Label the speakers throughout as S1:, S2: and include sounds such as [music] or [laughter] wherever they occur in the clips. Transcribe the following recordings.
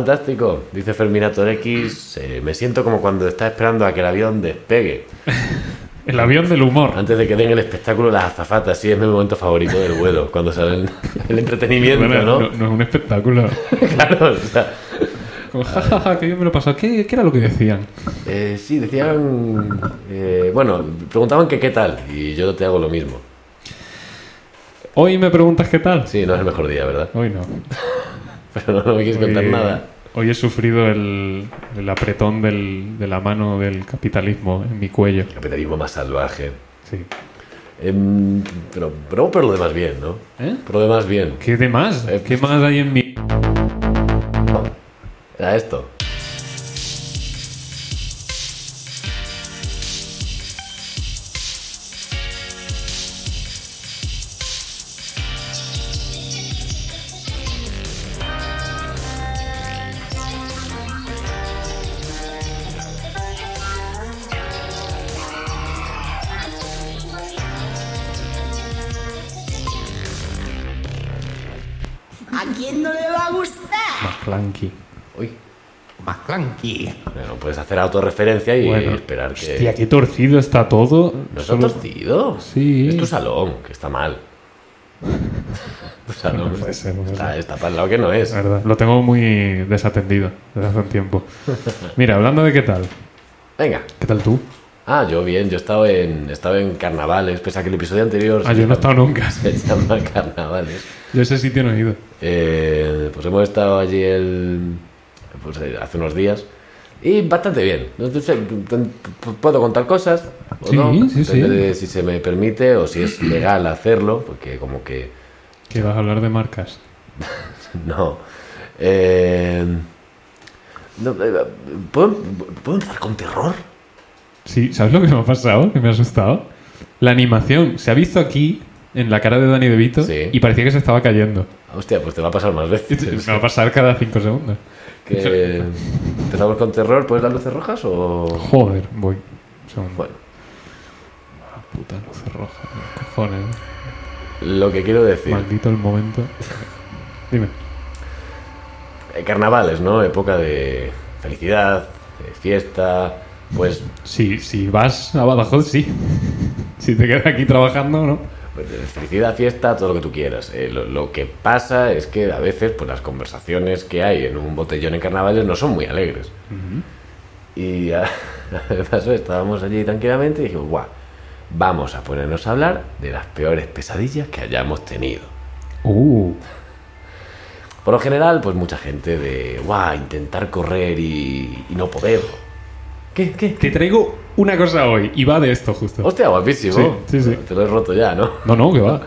S1: Fantástico, dice Ferminator X. eh, me siento como cuando está esperando a que el avión despegue.
S2: El avión del humor.
S1: Antes de que den el espectáculo las azafatas, sí, es mi momento favorito del vuelo, cuando salen el [laughs] entretenimiento,
S2: Bueno,
S1: ¿no?
S2: no, no es un espectáculo.
S1: [laughs] Claro, o sea,
S2: Como, ja, ja, ja, que yo me lo paso. ¿Qué, qué era lo que decían?
S1: eh, sí, decían, eh, bueno, preguntaban que qué tal, y yo te hago lo mismo.
S2: Hoy me preguntas qué tal.
S1: Sí, no es el mejor día, ¿verdad? [laughs]
S2: Hoy no.
S1: Pero no, no me quieres contar
S2: Hoy-
S1: nada.
S2: Hoy he sufrido el, el apretón del- de la mano del capitalismo en mi cuello.
S1: Capitalismo más salvaje.
S2: Sí.
S1: Em, pero, pero por lo demás bien, ¿no?
S2: ¿Eh?
S1: Por lo demás bien.
S2: ¿Qué demás?
S1: Eh,
S2: ¿Qué más hay en mi...?
S1: Era esto.
S3: ¿A quién no le va a gustar?
S2: McClanky.
S1: Uy.
S4: McClanky.
S1: Bueno, puedes hacer autorreferencia y esperar que...
S2: Hostia, qué torcido está todo.
S1: ¿No está
S2: Solo-
S1: torcido?
S2: Sí.
S1: Es tu salón, que está mal. [laughs] tu salón
S2: puede ser, no
S1: está, está para el lado que no es.
S2: La verdad, lo tengo muy desatendido desde hace un
S1: [laughs]
S2: tiempo. Mira, hablando de qué tal.
S1: Venga.
S2: ¿Qué tal tú?
S1: Ah, yo bien, yo he estado en, he estado en carnavales, pese a que el episodio anterior
S2: Ah, yo no he estado nunca.
S1: [laughs] se llama carnavales.
S2: Yo a ese sitio no he ido.
S1: Eh, pues hemos estado allí el, pues, eh, hace unos días y bastante bien. No sé, t- t- puedo contar cosas o
S2: Sí,
S1: no,
S2: sí, sí.
S1: depende de si se me permite o si es legal hacerlo, porque como que
S2: Que vas a hablar de marcas.
S1: [laughs] no. Eh, no, eh, ¿puedo, ¿Puedo empezar con terror?
S2: Sí, ¿sabes lo que me ha pasado? Que me ha asustado. La animación se ha visto aquí en la cara de Dani DeVito
S1: Sí.
S2: y parecía que se estaba cayendo.
S1: Hostia, pues te va a pasar más veces.
S2: [laughs] Me va a pasar cada cinco segundos.
S1: Que- ¿Empezamos con terror? ¿Puedes las luces rojas o...?
S2: Joder, voy. Un segundo.
S1: Bueno.
S2: Puta luz roja. Cojones. eh.
S1: Lo que quiero decir.
S2: Maldito el momento. Dime.
S1: Eh, Carnavales, ¿no? Época de felicidad, de fiesta, pues
S2: Si, si vas a Badajoz, sí. [laughs] Si te quedas aquí trabajando, ¿no?
S1: pues, de felicidad, fiesta, todo lo que tú quieras. Eh, lo, lo que pasa es que a veces pues, las conversaciones que hay en un botellón en carnavales no son muy alegres. Y [laughs] a, me pasó, estábamos allí tranquilamente y dije, guau, vamos a ponernos a hablar de las peores pesadillas que hayamos tenido.
S2: Uh.
S1: Por lo general, pues mucha gente de, guau, intentar correr y, y no poder. ¿Qué? ¿Qué?
S2: Te traigo una cosa hoy y va de esto justo.
S1: Hostia, guapísimo.
S2: Sí, sí, sí.
S1: Te lo he roto ya, ¿no?
S2: No, no, que va.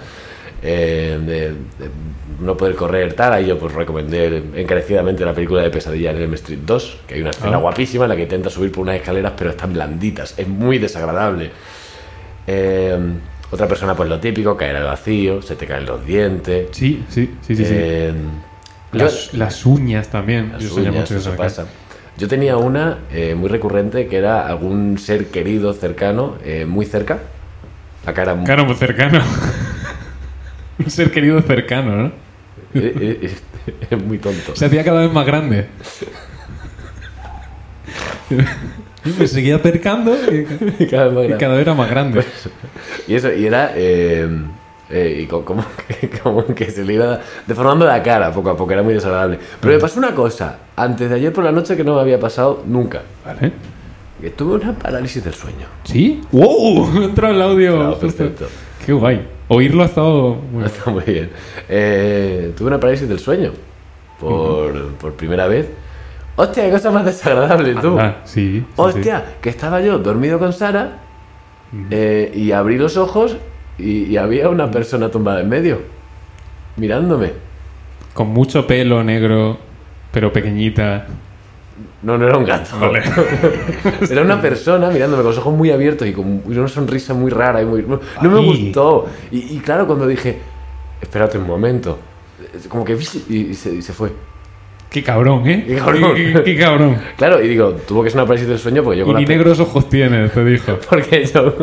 S1: Eh, de- de no poder correr, tal. Ahí yo pues recomendé encarecidamente la película de Pesadilla en Elm Street 2, que hay una escena
S2: Ah.
S1: guapísima en la que intenta subir por unas escaleras, pero están blanditas. Es muy desagradable. Eh, otra persona, pues lo típico, caer al vacío, se te caen los dientes.
S2: Sí, sí, sí, sí. sí.
S1: Eh, yo-
S2: Las, las uñas también.
S1: las
S2: Yo soñé
S1: uñas,
S2: mucho que
S1: eso
S2: se me
S1: pasa. Yo tenía una eh, muy recurrente que era algún ser querido, cercano, eh, muy cerca. La cara
S2: caen.
S1: muy
S2: Claro, muy cercano. [laughs] Un ser querido cercano, ¿no?
S1: Eh, eh, eh, [laughs] es muy tonto.
S2: Se hacía cada vez más grande.
S1: [laughs]
S2: Y me seguía acercando y,
S1: Cada vez más
S2: y
S1: grande.
S2: cada vez era más grande.
S1: Pues- Y eso, y era. eh, eh, y co- como, [laughs] que, como que se le iba deformando la cara poco a poco, era muy desagradable. Pero
S2: Mm.
S1: me pasó una cosa, antes de ayer por la noche que no me había pasado nunca.
S2: ¿Vale?
S1: Que tuve una parálisis del sueño. [laughs]
S2: ¿Sí? ¡Wow! [laughs] Me ha entrado el audio.
S1: Claro,
S2: justo.
S1: perfecto.
S2: Qué guay. Oírlo ha estado. muy-
S1: Está muy bien. Eh, tuve una parálisis del sueño por,
S2: Mm-hmm.
S1: por primera vez. ¡Hostia, qué cosa más desagradable tú!
S2: Ah, sí. sí, sí.
S1: Hostia, que estaba yo dormido con Sara
S2: Mm-hmm.
S1: eh, y abrí los ojos y, y había una persona tumbada en medio, mirándome.
S2: Con mucho pelo negro, pero pequeñita.
S1: No, no era un gato.
S2: Vale.
S1: Era una persona mirándome con los ojos muy abiertos y con una sonrisa muy rara y muy... No me
S2: Ay.
S1: gustó. Y, y claro, cuando dije, espérate un momento, eh, como que vi y, y se, y se fue.
S2: Qué cabrón, ¿eh?
S1: Qué cabrón.
S2: Qué, qué- qué cabrón.
S1: Claro, y digo, tuvo que ser una parálisis del sueño porque yo
S2: Y
S1: con
S2: ni
S1: la... pe-
S2: negros ojos tienes, te dijo.
S1: [laughs] Porque yo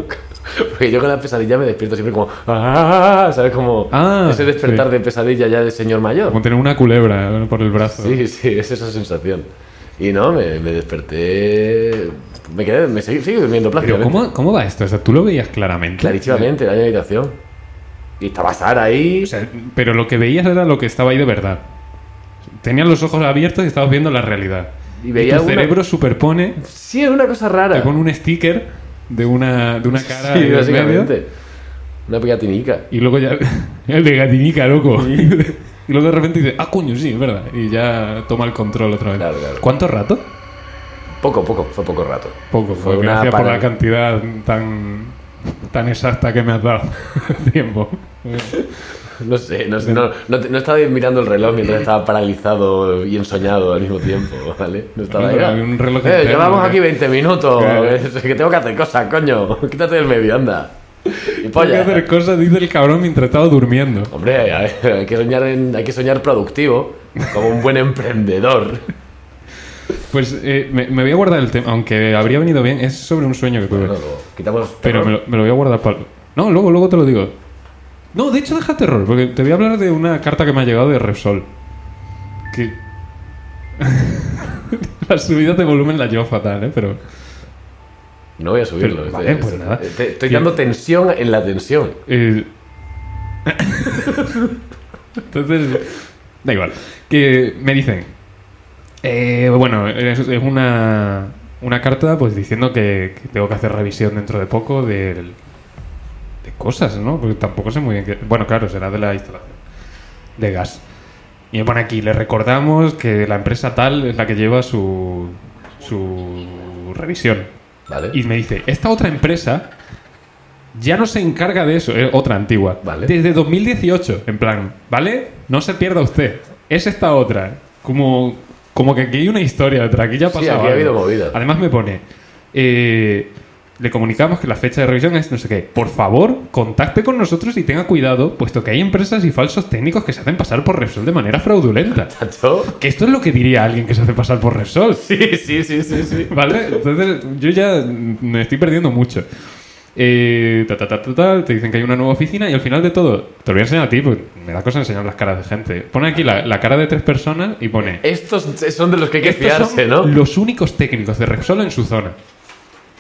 S1: Porque yo con la pesadilla me despierto siempre como. "Ah", ¿Sabes? Como
S2: Ah,
S1: ese despertar
S2: sí.
S1: de pesadilla ya de señor mayor.
S2: Como tener una culebra por el brazo.
S1: Sí, sí, es esa sensación. Y no, me, me desperté. Me quedé, me seguí, sigo durmiendo
S2: Pero
S1: plácidamente.
S2: ¿cómo, ¿cómo va esto? O sea, tú lo veías claramente.
S1: Clarísimamente, era mi habitación. Y estaba Sara ahí.
S2: O sea, pero lo que veías era lo que estaba ahí de verdad. Tenías los ojos abiertos y estabas viendo la realidad.
S1: Y veía
S2: tu
S1: una-
S2: cerebro superpone,
S1: sí, era una cosa rara.
S2: te pone un sticker de una, de una
S1: Sí,
S2: cara en el medio,
S1: básicamente. Una pegatinica.
S2: y luego ya... [laughs] El de gatinica, loco. [laughs] y luego de repente dices, ah, coño, sí, es verdad. Y ya toma el control otra vez.
S1: Claro, claro.
S2: ¿Cuánto rato?
S1: Poco, poco, fue poco rato.
S2: Poco,
S1: Fue
S2: fue
S1: una
S2: gracias por
S1: para-
S2: la cantidad tan, tan exacta que me has dado [laughs] de tiempo.
S1: No sé, no, sé, no, no te- no estaba mirando el reloj mientras estaba paralizado y ensoñado al mismo tiempo, ¿vale? No estaba
S2: Bueno,
S1: ahí,
S2: había un reloj
S1: "Eh,
S2: interno,
S1: llevamos
S2: ¿eh?".
S1: aquí 20 minutos,
S2: Claro.
S1: es que tengo que hacer cosas, coño. [laughs] Quítate del medio, anda. Y
S2: Tengo que
S1: polla.
S2: hacer cosas, dice el cabrón, mientras estaba durmiendo.
S1: Hombre, a ver, hay que soñar, en- hay que soñar productivo, como un buen
S2: [laughs]
S1: emprendedor.
S2: Pues eh, me, me voy a guardar el tema, aunque habría venido bien, es sobre un sueño que tuve.
S1: Bueno, luego quitamos
S2: pero me lo, me lo voy a guardar para... No, luego, luego te lo digo. No, de hecho deja terror, porque te voy a hablar de una carta que me ha llegado de Repsol. Que... [laughs] la subida de volumen la llevo fatal, ¿eh? Pero...
S1: No voy a subirlo.
S2: Pero,
S1: es-
S2: vale,
S1: es-
S2: pues nada.
S1: te- estoy
S2: Sí.
S1: dando tensión en la tensión.
S2: Eh, Entonces, da igual. Que me dicen, eh, bueno, es, es una, una carta pues diciendo que, que tengo que hacer revisión dentro de poco del- de cosas, ¿no? Porque tampoco sé muy bien qué... Bueno, claro, será de la instalación de gas. Y me pone aquí, le recordamos que la empresa tal es la que lleva su, su revisión.
S1: ¿Vale? [laughs]
S2: Y me dice, esta otra empresa ya no se encarga de eso, eh, otra antigua.
S1: Vale.
S2: Desde 2018, en plan, ¿vale? No se pierda usted. Es esta otra. Como, como que aquí hay una historia detrás, aquí ya ha
S1: Sí,
S2: pasado.
S1: aquí ha
S2: algo.
S1: habido movida.
S2: Además me pone, eh, le comunicamos que la fecha de revisión es no sé qué. Por favor, contacte con nosotros y tenga cuidado, puesto que hay empresas y falsos técnicos que se hacen pasar por Repsol de manera fraudulenta.
S1: ¿Tacho?
S2: Que esto es lo que diría alguien que se hace pasar por Repsol.
S1: Sí, sí, sí, sí, sí.
S2: ¿Vale? Entonces yo ya me estoy perdiendo mucho. Eh, ta, ta, ta, ta, ta, te dicen que hay una nueva oficina y al final de todo, te lo voy a enseñar a ti, porque me da cosa enseñar las caras de gente. Pone aquí la, la cara de tres personas y pone...
S1: Estos son de los que hay que
S2: "Estos son
S1: fiarse, ¿no?
S2: Los únicos técnicos de Repsol en su zona.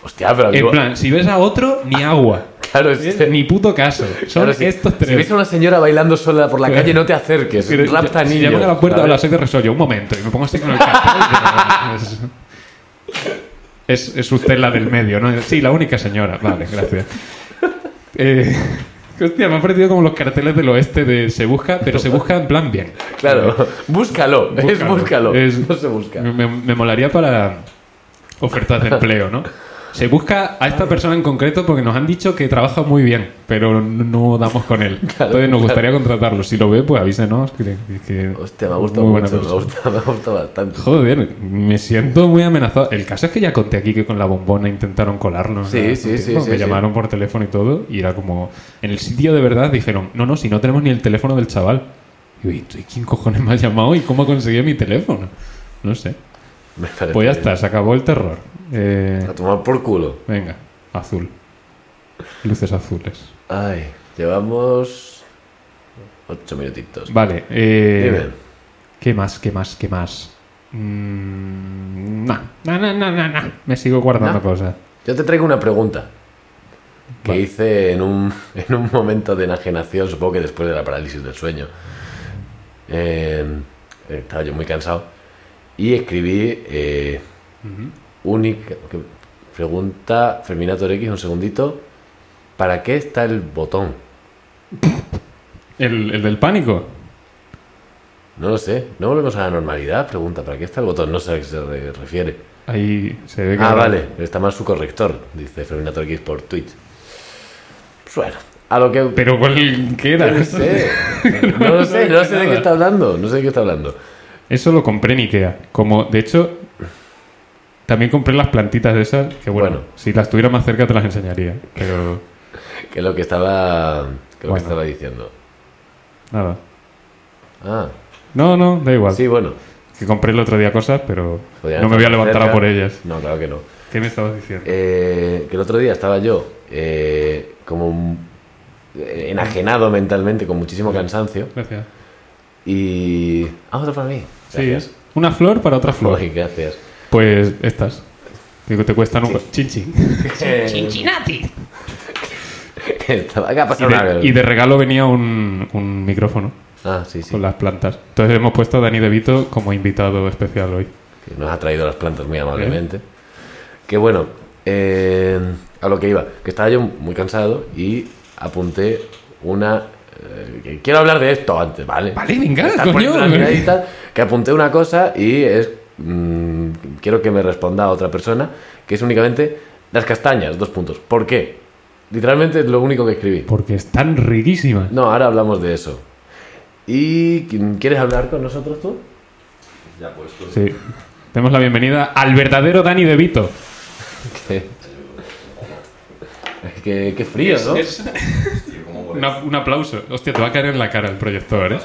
S1: Hostia, pero
S2: En
S1: igual-
S2: plan, si ves a otro,
S1: [laughs]
S2: ni agua.
S1: claro, es-
S2: Ni puto caso. Son
S1: claro, si,
S2: estos
S1: si
S2: tres.
S1: ves a una señora bailando sola por la
S2: Claro.
S1: calle, no te acerques.
S2: Pero
S1: Rapta
S2: ya- si
S1: niños.
S2: llaman a la puerta,
S1: ¿sabes?
S2: hola, soy de Repsol, yo, un momento, y me pongo así con el cartel. es, es, es usted la del medio, ¿no? Sí, la única señora. Vale, gracias. Eh, hostia, me ha parecido como los carteles del oeste de se busca, pero se busca en plan bien. [laughs]
S1: Claro, búscalo, es búscalo.
S2: Es-
S1: No se busca.
S2: Me, me molaría para ofertas de empleo, ¿no? Se busca a esta persona en concreto porque nos han dicho que trabaja muy bien, pero no damos con él. Entonces nos gustaría contratarlo. Si lo ve, pues avísenos. Que, que-
S1: Hostia, me ha gustado
S2: muy buena
S1: mucho, me ha
S2: persona.
S1: gustado, me ha gustado bastante.
S2: Joder, me siento muy amenazado. El caso es que ya conté aquí que con la bombona intentaron colarnos.
S1: Sí,
S2: ¿no?
S1: sí,
S2: Porque,
S1: sí,
S2: bueno,
S1: sí,
S2: Me
S1: sí.
S2: llamaron por teléfono y todo, y era como. En el sitio de verdad dijeron: No, no, si no tenemos ni el teléfono del chaval. Y yo, ¿y tú- y quién cojones me ha llamado y cómo ha conseguido mi teléfono? No sé.
S1: Me parece
S2: Pues ya
S1: bien.
S2: está, se acabó el terror. Eh,
S1: A tomar por culo.
S2: venga, azul. Luces azules.
S1: Ay, llevamos. Ocho minutitos.
S2: Vale, eh,
S1: Dime.
S2: ¿Qué más? ¿Qué más? ¿Qué más? Mm, nah, nah, nah, nah, nah, nah. Me sigo guardando
S1: Nah.
S2: cosas.
S1: Yo te traigo una pregunta que
S2: Vale.
S1: hice en un, [laughs] en un momento de enajenación, supongo que después de la parálisis del sueño. Eh, estaba yo muy cansado y escribí eh, única que- pregunta Ferminator X un segundito. ¿Para qué está el botón?
S2: ¿El, el del pánico?
S1: No lo sé. No volvemos a la normalidad. Pregunta, ¿para qué está el botón? No sé a qué se re- refiere.
S2: Ahí se ve que...
S1: Ah, vale, está mal su corrector, dice Ferminator X por Twitch. Pues bueno, a lo que
S2: Pero ¿cuál qué
S1: No
S2: era?
S1: lo sé. [laughs] No lo sé, no sé de qué está hablando. No sé de qué está hablando.
S2: [laughs] Eso lo compré en Ikea. Como, de hecho, también compré las plantitas esas, que bueno,
S1: Bueno.
S2: si las tuviera más cerca te las enseñaría. Pero
S1: Que lo que estaba. Que lo que
S2: Bueno.
S1: estaba diciendo.
S2: nada.
S1: Ah,
S2: No, no, da igual.
S1: sí, bueno.
S2: Que compré el otro día cosas, pero
S1: Podían
S2: no me voy a
S1: estar
S2: levantar a
S1: cerca.
S2: por ellas.
S1: No, claro que no.
S2: ¿Qué me estabas diciendo?
S1: Eh, que el otro día estaba yo eh, como un- eh, enajenado mentalmente, con muchísimo cansancio.
S2: Gracias.
S1: Y. Ah, otro para mí. Gracias.
S2: Sí, una flor para otra flor.
S1: Ay, gracias.
S2: Pues estas. Digo, te cuestan un... Chinchi.
S4: Cincinnati.
S1: [laughs] Estaba- Acá ha
S2: Y
S1: pasado una
S2: de, y de regalo venía un, un micrófono
S1: Ah, sí, sí.
S2: con las plantas. Entonces hemos puesto a Dani De Vito como invitado especial hoy.
S1: que nos ha traído las plantas muy amablemente. Que bueno, eh, a lo que iba, que estaba yo muy cansado y apunté una... eh, que quiero hablar de esto antes, ¿vale?
S2: Vale, venga,
S1: Estás
S2: coño.
S1: poniendo la miradita, que apunté una cosa y es... mm, quiero que me responda a otra persona, que es únicamente las castañas, dos puntos. ¿Por qué? Literalmente es lo único que escribí.
S2: Porque están riquísimas.
S1: No, ahora hablamos de eso. ¿Y quieres hablar con nosotros tú? Ya puesto.
S2: Sí. Demos la bienvenida al verdadero Dani De Vito.
S1: Que- Es que qué frío, ¿no?
S2: Una- un aplauso. Hostia, te va a caer en la cara el proyector, ¿eh?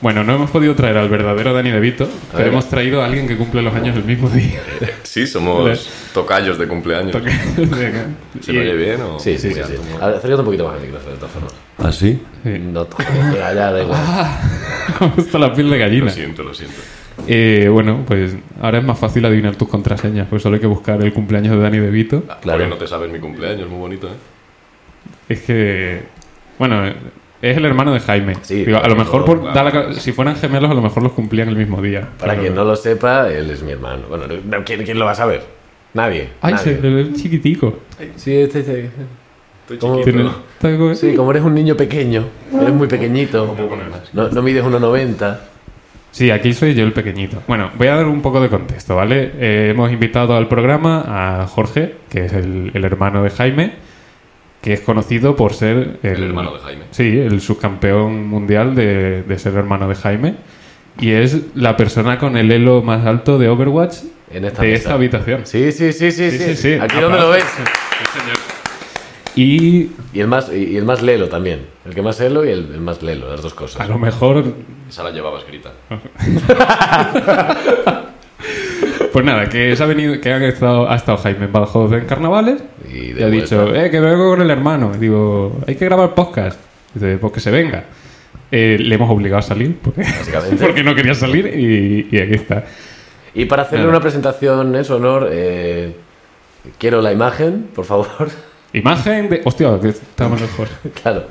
S2: Bueno, no hemos podido traer al verdadero Dani De Vito, pero
S1: ver.
S2: hemos traído a alguien que cumple los años el mismo día.
S5: Sí,
S2: Vale.
S5: somos tocayos de cumpleaños.
S2: Venga.
S5: ¿Se me
S2: Y-
S5: oye bien o...?
S1: Sí, sí,
S2: Sí,
S1: sí.
S2: sí,
S1: sí. A ver, acércate un poquito más al micrófono, de todas formas.
S5: ¿Ah, sí?
S2: [laughs] sí.
S1: [laughs] No, Ah, t- ya, ya, da igual.
S2: Hasta la piel de
S5: Lo
S2: gallina.
S5: siento, lo siento.
S2: Eh, bueno, pues ahora es más fácil adivinar tus contraseñas, pues solo hay que buscar el cumpleaños de Dani De Vito.
S1: Claro.
S5: Ah, Porque no te sabes mi cumpleaños, muy bonito, ¿eh?
S2: Es que, bueno, es el hermano de Jaime.
S1: Sí,
S2: Digo, a lo
S1: claro,
S2: mejor, por,
S5: claro.
S2: da la ca- si fueran gemelos, a lo mejor los cumplían el mismo día.
S1: Para
S2: Pero-
S1: quien no lo sepa, él es mi hermano. Bueno, no- ¿quién, quién lo va a saber? Nadie.
S2: Ay, se
S1: nadie.
S2: le ve chiquitico.
S1: Sí, este, este.
S5: Estoy
S1: ¿Cómo
S5: chiquito.
S2: Tiene- está como-
S1: Sí, como eres un niño pequeño, eres muy pequeñito. No, no mides 1,90.
S2: Sí, aquí soy yo el pequeñito. Bueno, voy a dar un poco de contexto, ¿vale? Eh, hemos invitado al programa a Jorge, que es el, el hermano de Jaime, que es conocido por ser el,
S5: El hermano de Jaime.
S2: Sí, el subcampeón mundial de, de ser hermano de Jaime. Y es la persona con el elo más alto de Overwatch
S1: En esta
S2: de
S1: mesa.
S2: esta habitación.
S1: Sí, sí, sí, sí.
S2: Sí,
S1: sí,
S2: sí, sí.
S1: Aquí donde lo ves.
S2: Y
S1: Y el, más, y y el más lelo también. El que más lelo y el, el más lelo, las dos
S2: a
S1: cosas.
S2: lo mejor,
S5: Esa la llevaba escrita.
S2: pues nada, que se ha venido, que ha estado, ha estado Jaime en Badajoz en carnavales.
S1: Y
S2: Y ha
S1: de
S2: dicho,
S1: vuelta.
S2: eh, que vengo con el hermano. Y digo, hay que grabar podcast. Dice, pues que se venga. Eh, le hemos obligado a salir porque, [laughs]
S1: Básicamente.
S2: porque no quería salir y, y aquí está.
S1: Y para hacerle
S2: Claro.
S1: una presentación en su honor, eh, quiero la imagen, por favor. [laughs]
S2: Imagen de. Hostia, que estamos mejor.
S1: claro,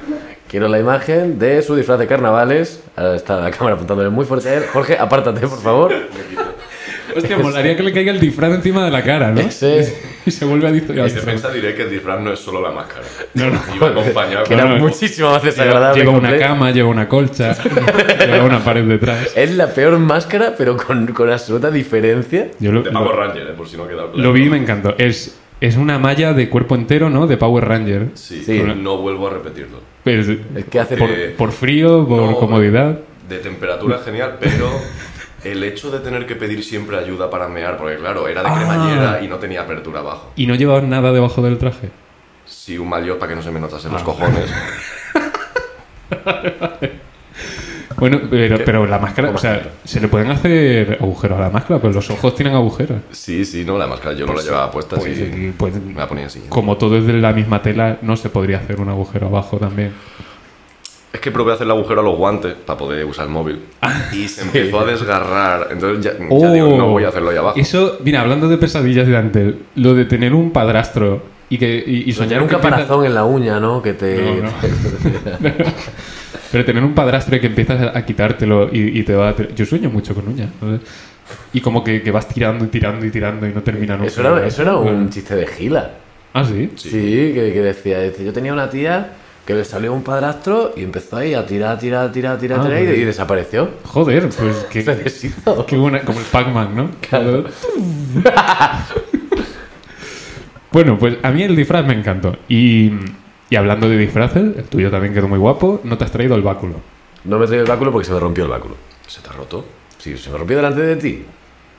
S1: quiero la imagen de su disfraz de carnavales. Ahora está la cámara apuntándole muy fuerte a él. Jorge, apártate, por favor.
S2: Hostia, molaría que le caiga el disfraz encima de la cara, ¿no?
S1: Ese-
S2: [laughs] Y se vuelve a
S5: En
S2: distraer.
S5: defensa diré que el disfraz no es solo la máscara.
S2: No, no.
S5: Iba acompañado
S1: que
S5: con...
S1: era
S2: no, no.
S1: muchísimo más
S2: Lleva
S1: desagradable.
S2: lleva una
S1: comple-
S2: cama, lleva una colcha,
S1: [laughs]
S2: lleva una pared detrás.
S1: Es la peor máscara, pero con, con absoluta diferencia.
S2: Yo lo,
S5: De
S2: lo,
S5: Power Ranger, ¿eh? Por si no ha quedado claro.
S2: lo vi y me encantó. Es, es una malla de cuerpo entero, ¿no? De Power Ranger.
S5: Sí,
S1: Sí.
S5: no vuelvo a repetirlo.
S2: Pues,
S1: Es que hace
S2: por,
S5: Eh,
S2: por frío, por
S5: no,
S2: comodidad.
S5: De temperatura genial, pero... El hecho de tener que pedir siempre ayuda para mear, porque claro, era de
S2: Ah.
S5: cremallera y no tenía apertura abajo.
S2: Y no llevas nada debajo del traje.
S5: Sí, un maillot para que no se me notasen
S2: Ah.
S5: los cojones.
S2: Bueno, pero,
S5: ¿Qué?
S2: pero la máscara, o sea, se le pueden hacer agujeros a la máscara, pero los ojos tienen agujeros.
S5: Sí, sí, no, la máscara yo no la llevaba puesta,
S2: Pues,
S5: sí.
S2: pues,
S5: Me la ponía así.
S2: como todo es de la misma tela, no se podría hacer un agujero abajo también.
S5: Es que probé a hacer el agujero a los guantes para poder usar el móvil.
S2: [laughs]
S5: y se empezó a desgarrar. Entonces ya, ya digo, no voy a hacerlo ahí abajo.
S2: Oh. Eso, mira, hablando de pesadillas de antes, lo de tener un padrastro y que y, y
S1: Soñar
S2: soñar
S1: un
S2: que empiezas-
S1: caparazón en la uña, ¿no? Que te.
S2: No, Pero tener un padrastro y que empiezas a quitártelo y, y te va a... Yo sueño mucho con uñas. ¿no? Y como que, que vas tirando y tirando y tirando y [laughs] no termina nunca.
S1: [laughs] Eh, eso, era, eso era un chiste de gila.
S2: Ah, sí.
S1: Sí, que, que decía, dice, yo tenía una tía que le salió un padrastro y empezó ahí a tirar, tirar, tirar, tirar,
S2: Ah,
S1: tirar y,
S2: vale.
S1: y
S2: [laughs]
S1: desapareció.
S2: Joder, pues que...
S1: Se [laughs] deshizo.
S2: Qué buena, como el Pac-Man, ¿no?
S1: Claro.
S2: [laughs] bueno, pues a mí el disfraz me encantó. Y, y hablando de disfraces, el tuyo también quedó muy guapo. No te has traído el báculo.
S1: No me traí el báculo porque se me rompió el báculo.
S5: ¿Se te ha roto?
S1: Sí, se me rompió delante de ti.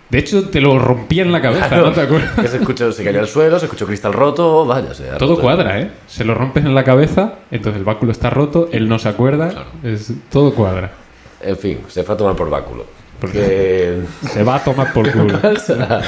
S2: De hecho, te lo
S1: [laughs]
S2: rompí en la cabeza, ¿no te acuerdas?
S1: Que se, escuchó, se
S2: [laughs]
S1: cayó al suelo, se escuchó cristal roto, vaya. se ha
S2: Todo
S1: roto.
S2: cuadra, ¿eh? Se lo rompes en la cabeza, entonces el báculo está roto, él no se acuerda,
S5: Claro.
S2: es, todo cuadra.
S1: En fin, se fue a tomar por báculo. Porque. [laughs]
S2: Se va a tomar por culo.
S1: O sea,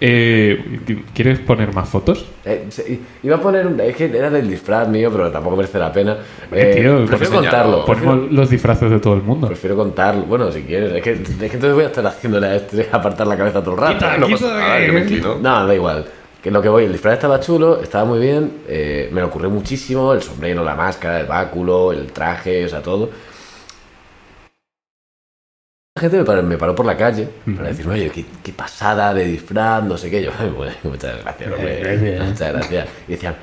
S2: eh, ¿Quieres poner más fotos?
S1: Eh, se- iba a poner un. Es que era del disfraz mío, pero tampoco merece la pena.
S2: Eh,
S1: Eh,
S2: tío,
S1: prefiero
S5: enseñarlo.
S1: contarlo. Prefiero,
S2: Ponemos los disfraces de todo el mundo.
S1: prefiero contarlo. Bueno, si quieres. Es que, es que entonces voy a estar haciéndole a este apartar la cabeza todo el rato.
S5: No pasa nada, yo me inclino.
S1: No, da igual. Que lo que voy, el disfraz estaba chulo, estaba muy bien, eh, me lo ocurrió muchísimo, el sombrero, la máscara, el báculo, el traje, o sea, todo. La gente me paró, me paró por la calle para decirme, oye, qué, qué pasada de disfraz, no sé qué. Yo, [laughs] "Bueno, muchas gracias, hombre,
S2: Gracias.
S1: Muchas gracias. Y decían,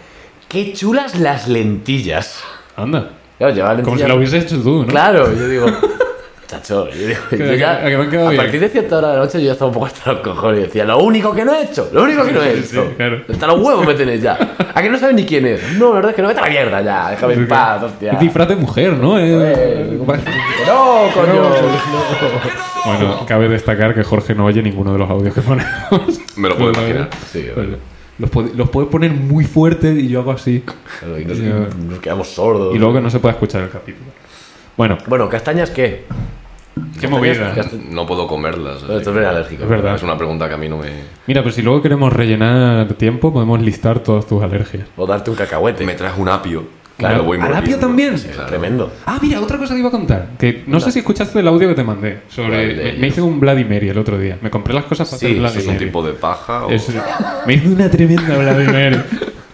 S1: qué chulas las lentillas.
S2: Anda.
S1: Claro, llevaba lentillas.
S2: Como si lo hubieses hecho tú, ¿no?
S1: Claro, yo
S2: [laughs]
S1: digo, chacho, yo digo,
S2: Que-
S1: yo
S2: que-
S1: ya-
S2: que me han quedado
S1: a
S2: bien.
S1: partir de cierta hora de la noche yo ya estaba un poco hasta los cojones y decía, lo único que no he hecho, lo único que no he
S2: [laughs] Sí,
S1: hecho.
S2: claro.
S1: Hasta los huevos me tenéis ya. A que no sabes ni quién es. No, la verdad es que no, vete a la mierda ya, déjame en paz, hostia.
S2: Es disfraz de mujer, ¿no? Eh,
S1: Eh,
S2: vale.
S1: No, coño.
S2: Bueno, cabe destacar que Jorge no oye ninguno de los audios que ponemos.
S5: Me lo puedo imaginar.
S1: Sí,
S2: Bueno, ¿eh? los, pod- los puedes poner muy fuerte y yo hago así.
S1: Claro, y nos, y nos quedamos sordos.
S2: Y luego que no se pueda escuchar el capítulo. Bueno,
S1: Bueno, castañas qué?
S2: qué movida.
S1: Castañas-
S5: No puedo comerlas.
S1: Bueno,
S5: así
S1: esto es alérgico.
S2: Es verdad.
S5: Es una pregunta que a mí no me.
S2: Mira, pero si luego queremos rellenar tiempo, podemos listar todas tus alergias.
S1: O darte un cacahuete.
S5: Me traes un apio.
S2: Claro.
S5: lo voy
S2: ¿Al apio
S5: mordiendo.
S2: también?
S5: Sí, claro.
S1: Tremendo.
S2: Ah, mira, otra cosa que iba a contar. Que no sé si escuchaste el audio que te mandé. sobre
S1: ¿Cuál de
S2: me, me
S1: ellos?
S2: hice un Bloody Mary el otro día. Me compré las cosas para
S1: Sí,
S2: hacer
S1: eso
S2: Bloody
S5: ¿Eso es un
S2: Mary.
S5: tipo de paja? O...
S2: Es- me hice una tremenda Bloody Mary.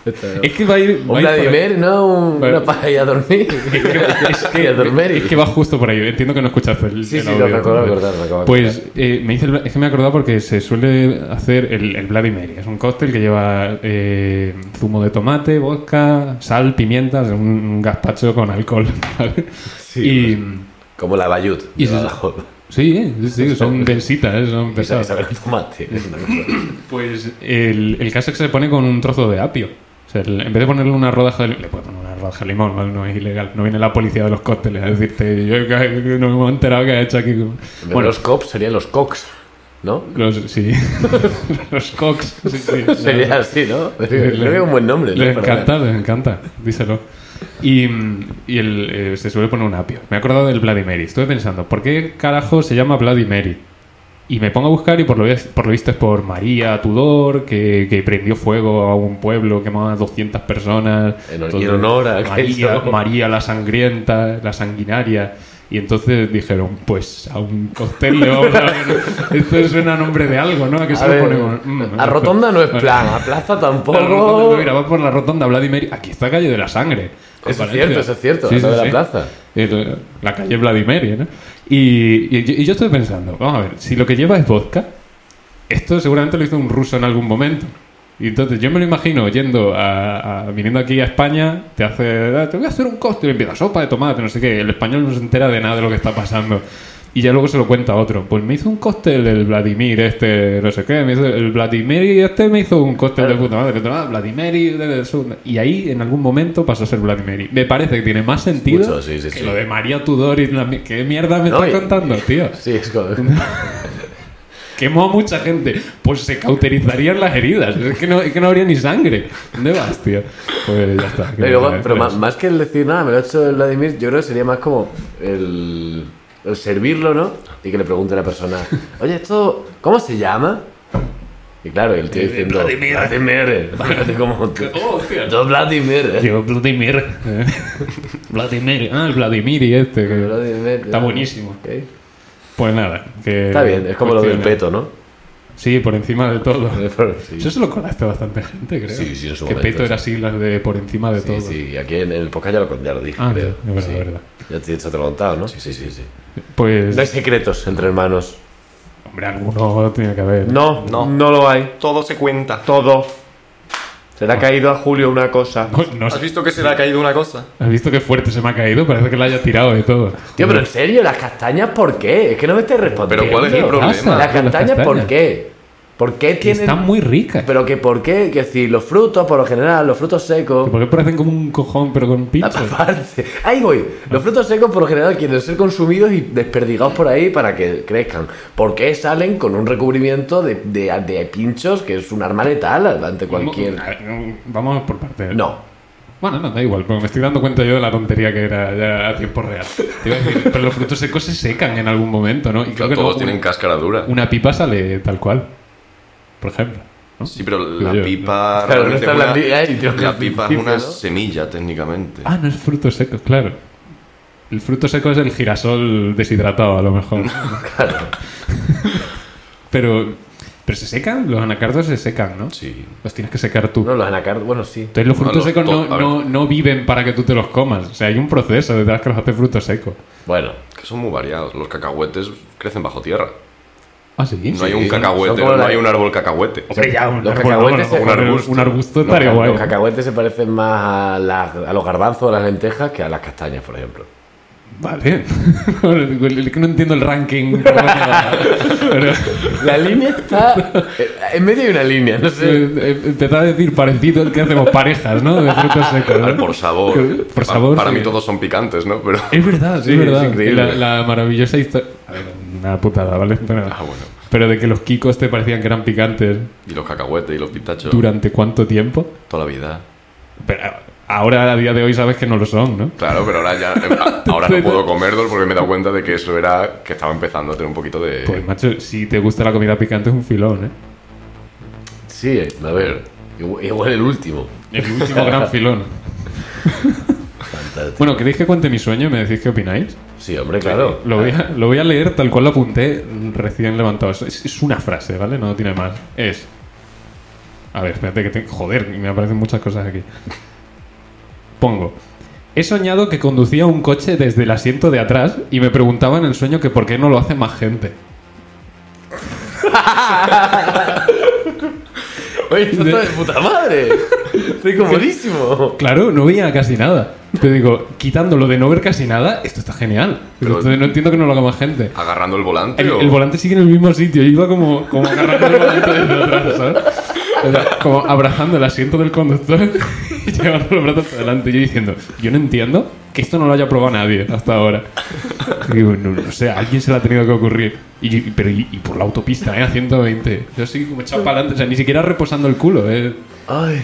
S1: [laughs]
S2: es que va a ir...
S1: Este, Un
S2: va a ir por-
S1: Vladimir, no, un,
S2: Bueno.
S1: una paja y a dormir.
S2: [laughs] Es que, es
S1: [laughs]
S2: que-
S1: Y a dormir.
S2: es que va justo por ahí. Entiendo que no escuchaste el,
S1: Sí,
S2: el
S1: sí,
S2: audio.
S1: lo recuerdo, lo recuerdo, lo acabo de
S2: Pues eh, me hice el- es que me he acordado porque se suele hacer el, el Bloody Mary. Es un cóctel que lleva eh, zumo de tomate, vodka, sal, pimientas, un, un gazpacho con alcohol. [laughs] ¿vale? y,
S1: pues. Como la Bayut.
S2: Y
S1: de
S2: sí,
S1: la-
S2: sí, eh, sí, sí, son densitas, eh, son
S1: Y sabe-
S2: pesadas.
S1: sabe a tomate. Es
S2: [laughs]
S1: una cosa.
S2: Pues el, el caso es que se pone con un trozo de apio. O sea, el- en vez de ponerle una rodaja de limón, le puedes poner una rodaja de limón, ¿vale? no es ilegal. No viene la policía de los cócteles a decirte, yo que- no me he enterado que ha hecho aquí.
S1: Bueno,
S2: Bueno,
S1: los cops serían los cox, ¿no?
S2: los, sí. [laughs] los cox. Sí, sí,
S1: [laughs] Sería así, ¿no? [laughs] Creo que es un buen nombre. ¿no?
S2: Les
S1: Para-
S2: encanta, les encanta. Díselo. Y, mm, y el, eh, se suele poner un apio. Me he acordado del Bloody Mary. Estuve pensando, ¿por qué carajo se llama Bloody Mary? Y me pongo a buscar y por lo, vis- por lo visto es por María Tudor, que, que prendió fuego a un pueblo, quemó a 200 personas.
S1: En hon- y en honor a
S2: María,
S1: aquello.
S2: María la sangrienta, la sanguinaria. Y entonces dijeron, pues a un cóctel
S1: [laughs]
S2: le vamos a... Esto suena a nombre de algo, ¿no? ¿A qué
S1: A,
S2: se
S1: ver,
S2: lo ponemos? Mm,
S1: a rotonda
S2: [laughs]
S1: no es
S2: Bueno.
S1: plan, a plaza
S2: La rotonda,
S1: tampoco.
S2: mira, va por la rotonda Vladimir. Aquí está calle de la sangre.
S1: Eso es
S2: Valencia.
S1: cierto, eso es cierto, la de la plaza.
S2: El- la calle Vladimir, ¿no? Y, y yo- y yo estoy pensando, vamos a ver, si lo que lleva es vodka, esto seguramente lo hizo un ruso en algún momento. Y entonces yo me lo imagino yendo a, a- viniendo aquí a España, te hace, "Ah, te voy a hacer un cóctel, empieza sopa de tomate, no sé qué. El español no se entera de nada de lo que está pasando. Y ya luego se lo cuenta a otro. Pues me hizo un cóctel el Vladimir, este, no sé qué. Me hizo el Vladimir y este me hizo un cóctel de puta madre. otro, "Ah, Vladimir y de- de- su-". Y ahí en algún momento pasó a ser Vladimir. Me parece que tiene más sentido
S1: Mucho, sí, sí,
S2: que
S1: sí.
S2: lo de María Tudor y la mi- ¿Qué mierda me
S1: No,
S2: estás
S1: y-
S2: contando, tío?
S1: Sí, es
S2: [laughs]
S1: como. [laughs]
S2: Quemó a mucha gente. Pues se cauterizarían las heridas. Es que no, es que no habría ni sangre. ¿Dónde vas, tío? Pues ya está.
S1: Y luego, pero
S2: pues.
S1: más, más que el decir nada, me lo ha hecho el Vladimir, yo creo que sería más como el, el servirlo, ¿no? Y que le pregunte a la persona, oye, ¿esto cómo se llama? Y claro, el
S2: Eh,
S1: tío diciendo, Vladimir, Vladimir, [laughs]
S2: [laughs]
S1: como tú. Yo Vladimir,
S2: Yo, Vladimir. Oh, Eh. [laughs] Vladimir. Ah, el Vladimir y este. que-
S1: Vladimir.
S2: Está buenísimo.
S1: Ok.
S2: Pues nada. que-
S1: Está bien, es como lo del
S2: cuestiones.
S1: peto, ¿no?
S2: Sí, por encima de todo.
S1: Sí,
S2: Eso se lo colaste a bastante gente, creo.
S1: Sí, sí, en su
S2: Que
S1: momento,
S2: peto era siglas de por encima de todo.
S1: sí, sí, aquí en el podcast ya lo, ya lo dije,
S2: Ah,
S1: creo.
S2: es verdad,
S1: Sí.
S2: es verdad.
S1: Ya te, ya te lo he contado, ¿no? Sí, sí, sí, sí.
S2: Pues,
S1: No hay secretos entre hermanos.
S2: hombre, alguno tiene que haber.
S1: No, no,
S5: No.
S1: no lo hay.
S5: Todo se cuenta.
S1: Todo. Se le ha caído a Julio una
S2: [laughs]
S1: cosa.
S2: No, no
S5: ¿Has
S2: sé.
S5: visto que se le ha caído una cosa?
S2: ¿Has visto qué fuerte se me ha caído? Parece que la haya tirado de todo.
S1: Tío, pero en serio, las castañas, ¿por qué? Es que no me estés respondiendo.
S5: Pero ¿cuál es el problema?
S1: Las castañas, ¿por qué? ¿Por qué
S2: Que
S1: tienen...?
S2: están muy ricas.
S1: Pero que ¿por qué? Que si los frutos, por lo general, los frutos secos...
S2: ¿Por qué parecen como un cojón pero con
S1: [laughs]
S2: pinchos?
S1: Aparte, Ah. ahí voy. Los frutos secos por lo general quieren ser consumidos y desperdigados por ahí para que crezcan. ¿Por qué salen con un recubrimiento de, de- de pinchos que es un arma letal ante cualquier...
S2: A ver, Vamos por partes.
S1: No.
S2: Bueno, no, da igual, porque me estoy dando cuenta yo de la tontería que era ya a tiempo real. Te iba a decir, pero los frutos secos se secan en algún momento, ¿no? Y creo que
S5: todos
S2: no,
S5: tienen
S2: un-
S5: cáscara dura.
S2: una pipa sale tal cual. por ejemplo. ¿no?
S5: Sí, pero
S2: Digo
S5: la
S2: yo,
S5: pipa.
S1: Claro, no
S5: realmente
S1: está
S5: una-
S1: la pipa, ay, tío,
S5: la
S1: qué
S5: pipa es
S1: principio,
S5: una
S1: ¿no?
S5: semilla, técnicamente.
S2: Ah, no es fruto seco, claro. El fruto seco es el girasol deshidratado, a lo
S5: [laughs]
S2: mejor. pero, pero se secan, los anacardos se secan, ¿no?
S5: Sí.
S2: Los tienes que secar tú.
S1: No, los anacardos, bueno, sí.
S2: Entonces los
S5: Bueno,
S2: frutos
S5: los
S2: secos no,
S5: to- a ver.
S2: no, no viven para que tú te los comas. O sea, hay un proceso detrás que los hace frutos secos.
S1: Bueno,
S5: Que son muy variados. Los cacahuetes crecen bajo tierra.
S2: Ah, sí.
S5: No hay un cacahuete,
S1: son como
S5: no
S1: la-
S5: hay un árbol cacahuete.
S2: Hombre, ya un
S1: Los
S2: árbol,
S1: cacahuetes
S2: bueno,
S1: se-
S2: un arbusto. Un arbusto
S1: los,
S2: estaría
S1: ca-
S2: guay.
S1: los cacahuetes se parecen más a, las- a los garbanzos, a las lentejas, que a las castañas, por ejemplo.
S2: Vale. [laughs] no entiendo
S1: [laughs]
S2: el ranking. pero,
S1: La línea está... eh, [laughs] En medio hay una línea, no sé.
S2: Eh, eh, Empezaba a decir parecido el que hacemos parejas, ¿no? De frutos secos. ¿no?
S5: A ver, por sabor.
S2: Por
S5: Pa-
S2: sabor.
S5: Para
S2: sí.
S5: mí todos son picantes, ¿no? Pero.
S2: Es verdad,
S1: Sí,
S2: es verdad.
S1: es increíble.
S2: la, la maravillosa historia. A ver, Una putada, ¿vale? Pero,
S5: Ah, bueno.
S2: pero de que los kikos te parecían que eran picantes
S5: Y los cacahuetes y los pitachos.
S2: durante cuánto tiempo.
S5: Toda la vida.
S2: Pero eh, ahora, a día de hoy, sabes que no lo son, ¿no?
S5: Claro, pero ahora ya. eh, Ahora no puedo comerlos porque me he dado cuenta de que eso era. que estaba empezando a tener un poquito de.
S2: Pues, macho, si te gusta la comida picante, es un filón, ¿eh?
S1: Sí, a ver. Igual, igual el último.
S2: [laughs] El último gran filón.
S1: Fantástico.
S2: Bueno, ¿queréis que cuente mi sueño y me decís qué opináis?
S1: Sí, hombre, claro.
S2: Lo voy, a, lo voy a leer tal cual lo apunté recién levantado. Es, es una frase, ¿vale? No tiene más. Es. A ver, espérate que te- Joder, me aparecen muchas cosas aquí. Pongo. He soñado que conducía un coche desde el asiento de atrás y me preguntaba en el sueño que por qué no lo hace más gente.
S1: Oye, esto está de puta madre. [laughs] Estoy comodísimo.
S2: Claro, no veía casi nada. Te digo, quitándolo de no ver casi nada, esto está genial.
S5: Pero-
S2: Entonces, no entiendo que no lo haga más gente.
S5: Agarrando el volante.
S2: El,
S5: o-
S2: el volante sigue en el mismo sitio. Yo iba como, como agarrando el volante desde atrás, ¿sabes? O sea, como abrazando el asiento del conductor [laughs] y llevando los brazos para adelante. Y Yo diciendo, yo no entiendo que esto no lo haya probado nadie hasta ahora. Y digo, no, no sé, a alguien se le ha tenido que ocurrir. Y, yo- pero y, y por la autopista, ¿eh? A 120. Yo sigo como echado para adelante. O sea, ni siquiera reposando el culo, ¿eh?
S1: Ay.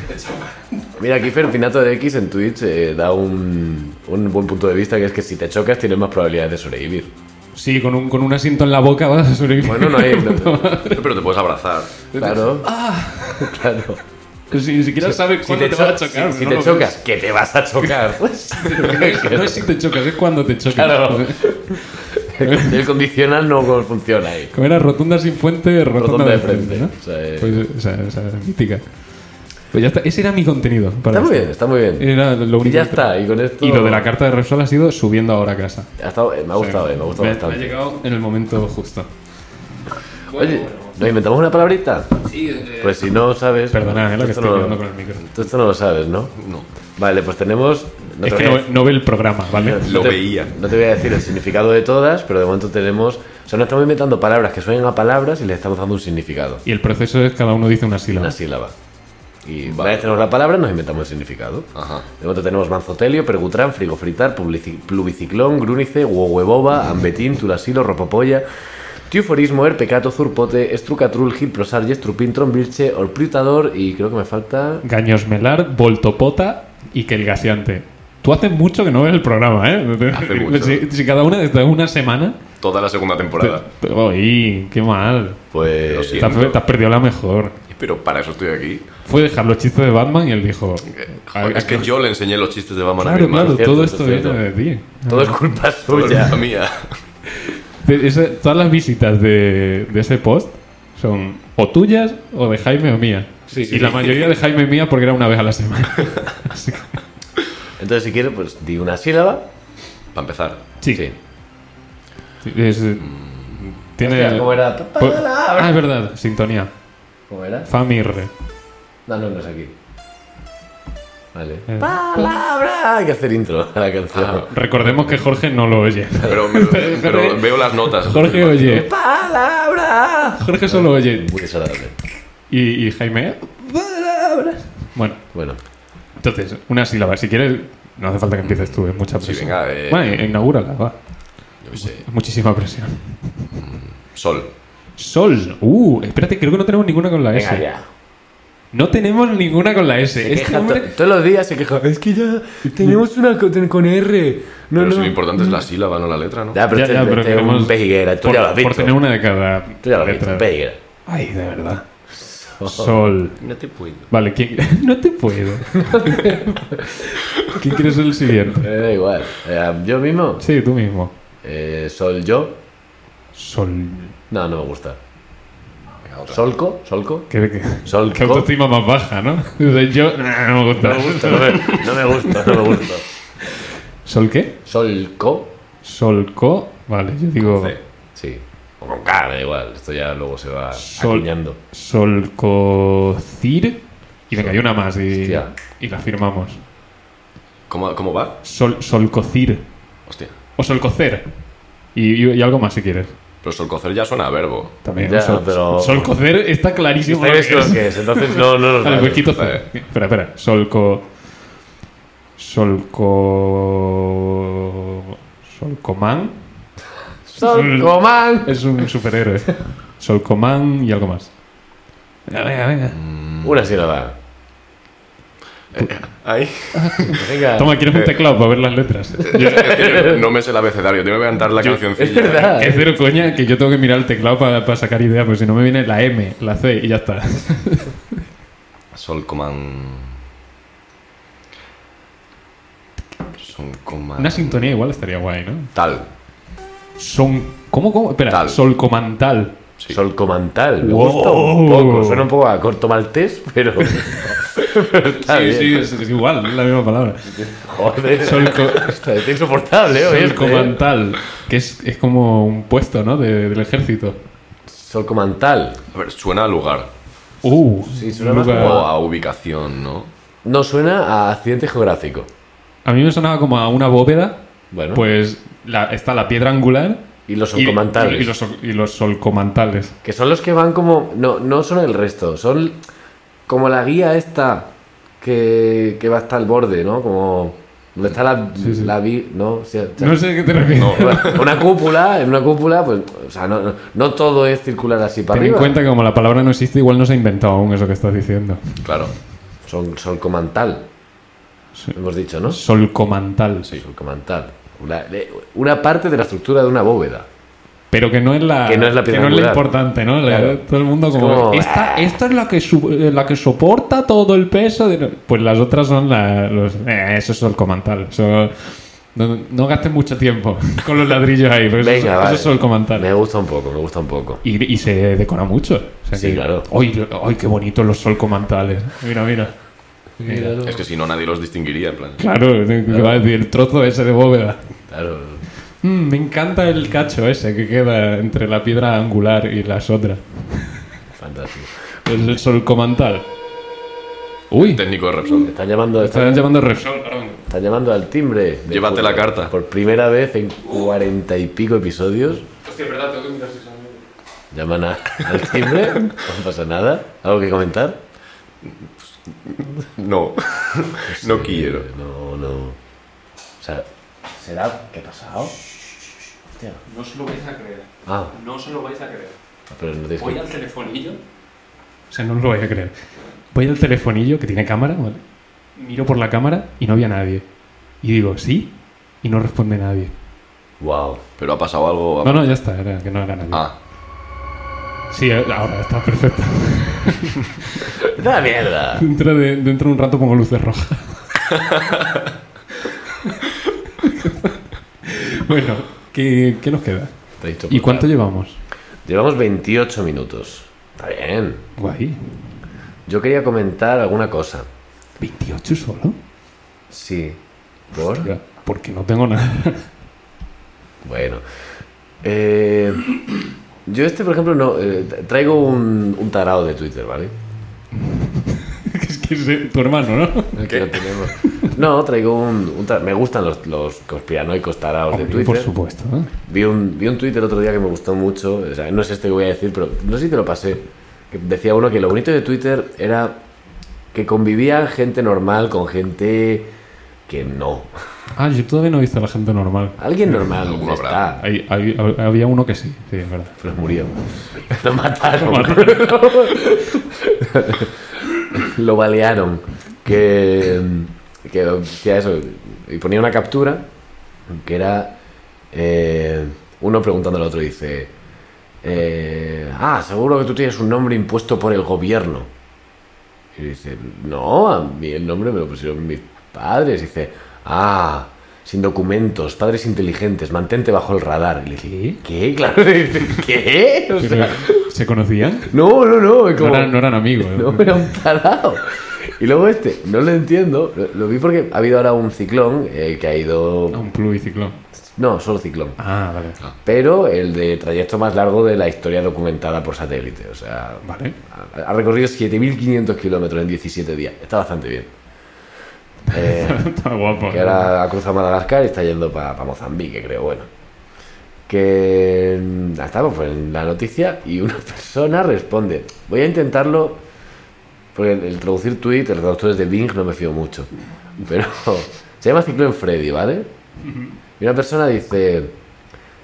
S1: Mira, aquí Ferfinato de X en Twitch eh, da un, un buen punto de vista que es que si te chocas tienes más probabilidades de sobrevivir.
S2: Sí, con un, con un asiento en la boca vas a sobrevivir.
S1: Bueno, no [laughs] hay. no-
S5: [laughs] Pero te puedes abrazar.
S1: claro. [laughs] Claro.
S2: Si ni siquiera sabes cuándo Ah. te, vas a
S1: cho-
S2: chocar.
S1: si- si
S2: no
S1: te
S2: lo
S1: chocas, que te vas a
S2: [laughs]
S1: chocar.
S2: ves.
S1: [laughs]
S2: No es si te chocas, es cuando te chocas.
S1: Claro. El condicional no funciona ahí.
S2: Como era rotunda sin fuente, rotonda,
S1: Rotonda
S2: de frente, ¿no?
S1: O sea, eh,
S2: Pues, o sea, o sea, mítica. Pues ya está, ese era mi contenido. para
S1: está muy
S2: esto.
S1: bien, está muy bien.
S2: Era lo único
S1: Y ya
S2: que-
S1: está, Eh, y con esto.
S2: Y lo de la carta de Repsol ha sido subiendo ahora a casa.
S1: Ha estado- eh, me ha gustado, eh, me ha gustado
S2: ha
S1: bastante.
S2: llegado en el momento justo.
S1: Oye, ¿nos inventamos una palabrita?
S5: eh,
S1: Pues si no sabes.
S2: Perdona, eh, lo que
S1: esto
S2: estoy
S1: no-
S2: viendo con el micro.
S1: Tú esto no lo sabes, ¿no?
S5: No.
S1: Vale, pues tenemos. no
S2: Es
S1: te
S2: que
S1: voy
S2: no,
S1: a-
S2: no ve el programa,
S1: [laughs]
S2: ¿vale?
S5: Lo
S1: te-
S5: veía.
S1: No te voy a decir el significado de todas, pero de momento tenemos. O sea, no estamos inventando palabras que suenen a palabras y les estamos dando un significado.
S2: Y el proceso es cada uno dice una sílaba.
S1: Una sílaba. Y una vez tenemos la palabra, nos inventamos el significado.
S5: Ajá.
S1: De momento tenemos manzotelio, pergutrán, frigofritar, publici- plubiciclón, grúnice, huehueboba, ambetín, tulasilo, ropopolla, tiuforismo, erpecato, zurpote, estrucatrul, gilprosar, yestrupín, trombilche, orplutador y creo que me falta...
S2: Gaños melar, voltopota y que el gaseante. Tú haces mucho que no ves el programa, ¿eh?
S5: Hace
S2: [laughs]
S5: mucho.
S2: Si, si cada una desde una semana.
S5: Toda la segunda temporada.
S2: te- te- ¡Oy! ¡Qué mal!
S5: Lo
S1: Pues...
S2: Te has,
S5: siento.
S2: te has perdido la mejor.
S5: Pero para eso estoy aquí.
S2: Fue dejar los chistes de Batman y él dijo.
S5: Eh, Joder, es que yo le enseñé los chistes de Batman a mi
S2: Ah, Claro, claro,
S5: hermano.
S1: cierto,
S2: todo
S1: eso
S2: esto
S1: es
S2: viene
S1: cierto.
S2: de ti.
S1: Todo es culpa
S5: Todo es
S1: suya.
S5: culpa mía.
S2: Te- esa- todas las visitas de, de ese post son o tuyas o de Jaime o mía. y la mayoría de Jaime y mía porque era una vez a la
S5: [laughs]
S2: semana. Así que-
S1: Entonces, si quieres, pues di una sílaba.
S5: Para empezar.
S2: sí. Es-
S5: Mm.
S2: tiene.
S1: Hostia, ¿Cómo era?
S2: po- ah, es verdad, sintonía.
S1: ¿Cómo era?
S2: Famirre.
S1: No, no, no es aquí. Vale. ¡Palabra! Hay que hacer intro a la
S5: Ah.
S1: canción.
S2: Recordemos que Jorge no lo
S1: [laughs]
S2: oye.
S5: Pero, pero veo las notas.
S2: Jorge oye.
S1: ¡Palabra!
S2: Jorge solo oye.
S1: Muy desagradable.
S2: Y, y Jaime. Bueno,
S1: Bueno,
S2: entonces, una sílaba. Si quieres, no hace falta que empieces tú, es mucha
S5: Sí,
S2: presión.
S5: venga, eh.
S2: Bueno, eh, inaugúrala, va.
S5: Yo qué sé.
S2: Es muchísima presión.
S5: Sol.
S2: Sol. Uh, espérate, creo que no tenemos ninguna con la S.
S1: venga ya.
S2: No tenemos ninguna con la S.
S1: Se
S2: Este
S1: queja to-
S2: hombre.
S1: todos los días se queja. Es que ya tenemos una con, con R. No,
S5: pero
S1: no.
S5: si lo importante es la sílaba, no la letra, ¿no?
S1: Ya, pero
S2: Ya,
S1: este,
S2: ya, pero
S1: este es
S2: queremos-
S1: un pejiguera. Tú
S2: por,
S1: ya lo has
S2: por
S1: visto.
S2: tener una de cada
S1: Tú ya lo has visto,
S2: letra.
S1: un pejiguera.
S2: Ay, de verdad. Sol.
S5: No te puedo.
S2: Vale, ¿quién... [laughs] no te puedo. ¿Quién quieres ser el siguiente?
S1: Me da igual. Eh, ¿Yo mismo?
S2: Sí, tú mismo.
S1: Eh, ¿Sol yo?
S2: Sol.
S1: No, no me gusta. ¿Solco? ¿Solco?
S2: Qué, qué- qué
S1: ¿Solco?
S2: autoestima más baja, ¿no? [laughs] O sea, Yo nah, no me gusta.
S1: No me gusta, [laughs] no me, no me gusta, no me gusta.
S2: ¿Sol qué?
S1: ¿Solco?
S2: Solco. Vale, yo digo.
S1: Sí. O con K, da igual. Esto ya luego se va
S2: Sol.
S1: acuñando.
S2: Solcocir. Y venga, hay una más y,
S1: Hostia.
S2: y la firmamos.
S5: ¿Cómo, ¿Cómo va?
S2: Sol, solcocir.
S5: Hostia.
S2: O solcocer. Y, y- y algo más si quieres.
S5: Pero solcocer ya suena a verbo.
S2: También.
S1: Ya,
S2: sol-
S1: pero-
S2: Solcocer está clarísimo. lo
S1: ¿Sabes
S2: que
S1: lo
S2: es.
S1: que es? Entonces no, no lo
S2: [laughs] Vale, pues
S1: sabes.
S2: quito C. Espera, espera. Solco. Solco. Solcoman.
S1: ¡Solco, man!
S2: Es un superhéroe. Solcoman y algo más. Mm. Venga, venga, venga.
S1: Una sílaba.
S5: [laughs] Ahí.
S1: Venga.
S2: Toma, ¿quieres un teclado para ver las letras? Yo-
S5: no me sé el abecedario, tengo que cantar la cancioncilla.
S1: Es verdad.
S2: Es cero coña que yo tengo que mirar el teclado para sacar ideas, porque si no me viene la M, la C y ya está.
S5: ¿eh? Solcoman. Solcoman.
S2: Una sintonía igual estaría guay, ¿no?
S5: Tal.
S2: Son... ¿Cómo, cómo? Espera,
S5: Tal.
S2: solcomantal.
S5: Sí.
S1: Solcomantal. Me
S2: Wow.
S1: gusta un poco. Suena un poco a corto maltés, pero. [laughs] pero está
S2: Sí,
S1: bien.
S2: sí, es, es igual, es la misma palabra.
S1: Joder.
S2: Solco-
S1: Está está insoportable, hoy. este, ¿eh?
S2: Solcomantal, que es, es como un puesto, ¿no? De- del ejército.
S1: Solcomantal.
S5: A ver, suena a lugar.
S2: Uh,
S1: Sí, suena más
S5: O
S2: lugar-
S1: como
S5: a ubicación, ¿no?
S1: No suena a accidente geográfico.
S2: A mí me sonaba como a una bóveda,
S1: Bueno.
S2: pues la- está la piedra angular
S1: y los
S2: y, y-
S1: solcomantales.
S2: y los, sol- y los solcomantales.
S1: Que son los que van como. No, no son el resto, son como la guía esta que, que va hasta el borde, ¿no? Como. Donde está la,
S2: sí.
S1: la vi- No, o sea, o sea,
S2: No sé a qué te refieres.
S1: bueno, [laughs] una cúpula, en una cúpula, pues. O sea, no, no, no todo es circular así para
S2: Ten en
S1: arriba.
S2: cuenta que como la palabra no existe, igual no se ha inventado aún eso que estás diciendo.
S5: Claro.
S1: Son, solcomantal. Hemos dicho, ¿no?
S2: Solcomantal.
S1: Solcomantal. Una, de- una parte de la estructura de una bóveda.
S2: Pero que no es la,
S1: Que no es la piedra
S2: lo
S1: angular.
S2: importante, ¿no? La-
S1: Claro.
S2: Todo el mundo como...
S1: como, ¡ah!
S2: Esta, esta es la que, su- eh, la que soporta todo el peso. de- Pues las otras son la, los... eh, eso es solcomantal. Eso- no, no gastes mucho tiempo [laughs] con los ladrillos ahí. porque eso es-
S1: Venga,
S2: eso,
S1: vale.
S2: es solcomantal.
S1: Me gusta un poco, me gusta un poco.
S2: Y, y se decora mucho. O sea
S1: Sí, claro.
S2: ¡Ay, lo- ay, qué bonitos los solcomantales! Mira, mira. Mira.
S5: Es que si no, nadie los distinguiría, en plan.
S2: Claro, ¿qué va a decir? El trozo ese de bóveda.
S1: Claro.
S2: Mm, me encanta el cacho ese que queda entre la piedra angular y las otras.
S1: Fantástico.
S2: El el solcomantal. Uy,
S5: Técnico de Repsol.
S1: Me están llamando.
S2: están llamando Repsol. perdón.
S1: Están llamando al timbre. Me
S5: Llévate
S1: juro,
S5: la carta.
S1: Por primera vez en cuarenta y pico episodios llaman a- al timbre. No pasa nada. ¿Algo que comentar?
S5: No. [laughs] no quiero.
S1: Eh, No, no. O sea, ¿será? ¿Qué ha pasado? Hostia.
S2: No os lo vais a creer.
S1: Ah,
S2: No os lo vais a creer.
S1: pero no tienes que...
S2: telefonillo. O sea, no os lo vais a creer. Voy al telefonillo que tiene cámara, ¿vale? Miro por la cámara y no había nadie. Y digo, sí, y no responde nadie.
S1: Wow.
S5: Pero ha pasado algo.
S2: No, no, ya está, era que no era nadie.
S5: Ah.
S2: Sí, eh, ahora está perfecto.
S1: ¡Da mierda!
S2: Dentro de, dentro de un rato pongo luces
S1: [laughs]
S2: rojas. bueno, ¿qué, qué nos queda?
S1: Te he dicho
S2: ¿Y
S1: por
S2: cuánto
S1: nada.
S2: llevamos?
S1: Llevamos 28 minutos. Está bien.
S2: Guay.
S1: Yo quería comentar alguna cosa.
S2: ¿28 solo?
S1: Sí. ¿Por?
S2: Ya, Porque no tengo nada. [laughs]
S1: Bueno. Eh, yo este, por ejemplo, no. eh, traigo un, un tarado de Twitter, ¿vale?
S2: es que es de tu hermano, ¿no?
S1: Que no tenemos. No, traigo un... un tar- me gustan los, los conspiranoicos tarados de
S2: Hombre,
S1: Twitter.
S2: por supuesto. ¿eh?
S1: Vi un, vi un Twitter el otro día que me gustó mucho. o sea, no es este que voy a decir, pero no sé si te lo pasé. Que decía uno que lo bonito de Twitter era que convivía gente normal con gente que no.
S2: Ah, yo todavía no he visto a la gente normal.
S1: Alguien normal
S5: Alguno habrá.
S1: está,
S2: Hay- hay- había uno que sí, sí, es verdad.
S1: pero [laughs] murió. Lo mataron. lo balearon. Que, que hacía eso. Y ponía una captura que era eh, uno preguntando al otro, dice, eh, ah, seguro que tú tienes un nombre impuesto por el gobierno. Y dice, no, a mí el nombre me lo pusieron mis padres. Y dice, ah, sin documentos, padres inteligentes, mantente bajo el radar. Y le dije, ¿qué? Claro, [laughs] le dice, ¿qué? O
S2: Pero,
S1: sea,
S2: [laughs]
S1: [laughs]
S2: ¿Se conocían?
S1: no, no, no. es
S2: No
S1: como-
S2: eran, no eran amigos. ¿eh?
S1: no, era un parado. Y luego este, no lo entiendo, lo, lo vi porque ha habido ahora un ciclón eh, que ha
S2: Ah,
S1: ido...
S2: un pluriciclón.
S1: No, solo ciclón.
S2: Ah, vale.
S1: Pero el de trayecto más largo de la historia documentada por satélite. O sea,
S2: Vale. [laughs]
S1: ha- ha recorrido 7.500 kilómetros en 17 días. Está bastante bien. Eh,
S2: Está guapo.
S1: que ahora ha cruzado Madagascar y está yendo para Mozambique, creo, bueno. Que mm, estamos pues, en la noticia y una [laughs] persona responde, voy a intentarlo, porque el, el traducir tweet, el traductor de Bing no me fío mucho, pero [laughs] se llama Ciclón Freddy, ¿vale? Y una persona dice,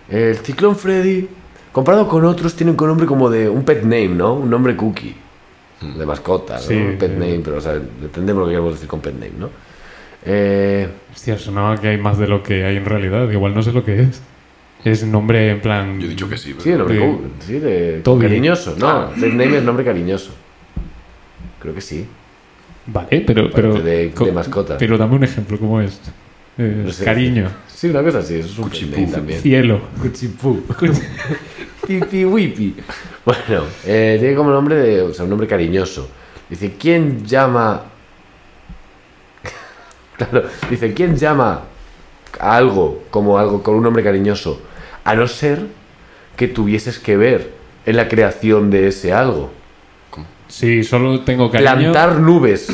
S1: el Ciclón Freddy, comparado con otros, tiene un nombre como de un pet name, ¿no? Un nombre cookie, de mascota, ¿no?
S2: Sí,
S1: Un pet
S2: sí.
S1: name, pero o sea, entendemos lo que queremos decir con pet name, ¿no? Eh,
S2: Hostia, sonaba que hay más de lo que hay en realidad. Igual no sé lo que es. Es nombre en plan.
S5: Yo he dicho que sí, pero.
S1: Sí, el nombre
S2: De-
S1: cu- sí, de
S2: Toby.
S1: cariñoso. No, Pet Name es nombre cariñoso. Creo que sí.
S2: Vale, pero. pero
S1: de- de
S2: co-
S1: mascota.
S2: Pero dame un ejemplo, ¿cómo es? Eh,
S1: No sé.
S2: Cariño,
S1: Sí, una cosa así, eso es un pet name también.
S2: cielo.
S1: Cuchipú. Pipi wipi. Bueno, eh, tiene como nombre de. O sea, un nombre cariñoso. Dice, ¿quién llama. [laughs] Claro, dice, ¿quién llama a algo como algo con un nombre cariñoso? A no ser que tuvieses que ver en la creación de ese algo.
S2: [laughs] Sí, solo tengo cariño.
S1: plantar nubes,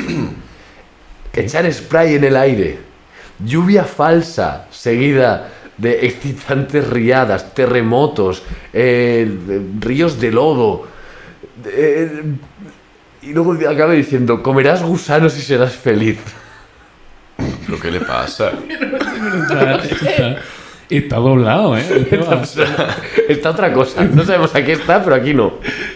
S1: [clears throat] echar spray en el aire, lluvia falsa seguida de excitantes riadas, terremotos, eh, de- ríos de lodo. eh, y luego acaba diciendo, comerás gusanos y serás feliz. [laughs]
S5: ¿Pero qué le pasa?
S2: [laughs] Está, está-
S1: [laughs]
S2: está doblado, ¿eh? Estaba,
S1: Está otra cosa. No sabemos aquí está, pero aquí no.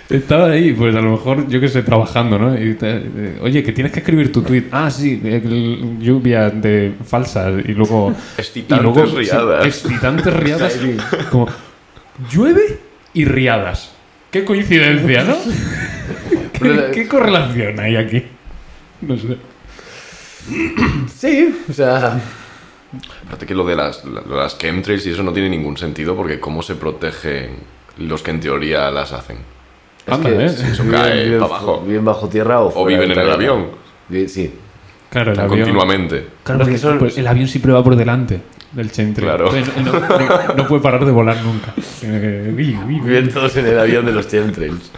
S2: estaba ahí, pues a lo mejor, yo qué sé, trabajando, ¿no? Y te- eh, oye, que tienes que escribir tu tweet. Ah, sí, el- lluvia de falsas y luego.
S5: [laughs] Excitantes
S2: sí,
S5: riadas.
S2: excitantes
S1: [laughs]
S2: riadas. como, llueve y riadas. Qué
S1: [laughs]
S2: coincidencia, ¿no? ¿Qué, qué correlación hay aquí? No sé.
S1: Sí, o sea...
S5: Aparte que lo de las, lo de las chemtrails y eso no tiene ningún sentido porque cómo se protegen los que en teoría las hacen.
S2: Anda,
S1: que
S2: ¿eh?
S1: si
S5: Eso
S1: viven-
S5: cae
S1: viven
S5: pa'
S1: fu-
S5: abajo.
S1: Viven bajo tierra o, fuera
S5: viven
S1: de
S5: en el
S1: tierra.
S5: avión.
S1: Vi- Sí.
S2: Claro, el
S5: Están
S2: avión.
S5: continuamente.
S2: Claro,
S1: Los que
S2: porque
S1: son-
S2: pues, el avión siempre va por delante del centro.
S5: Claro.
S2: No, no- no puede parar de volar nunca. Eh, uy, uy, uy.
S1: Viven todos en el avión de los chemtrails.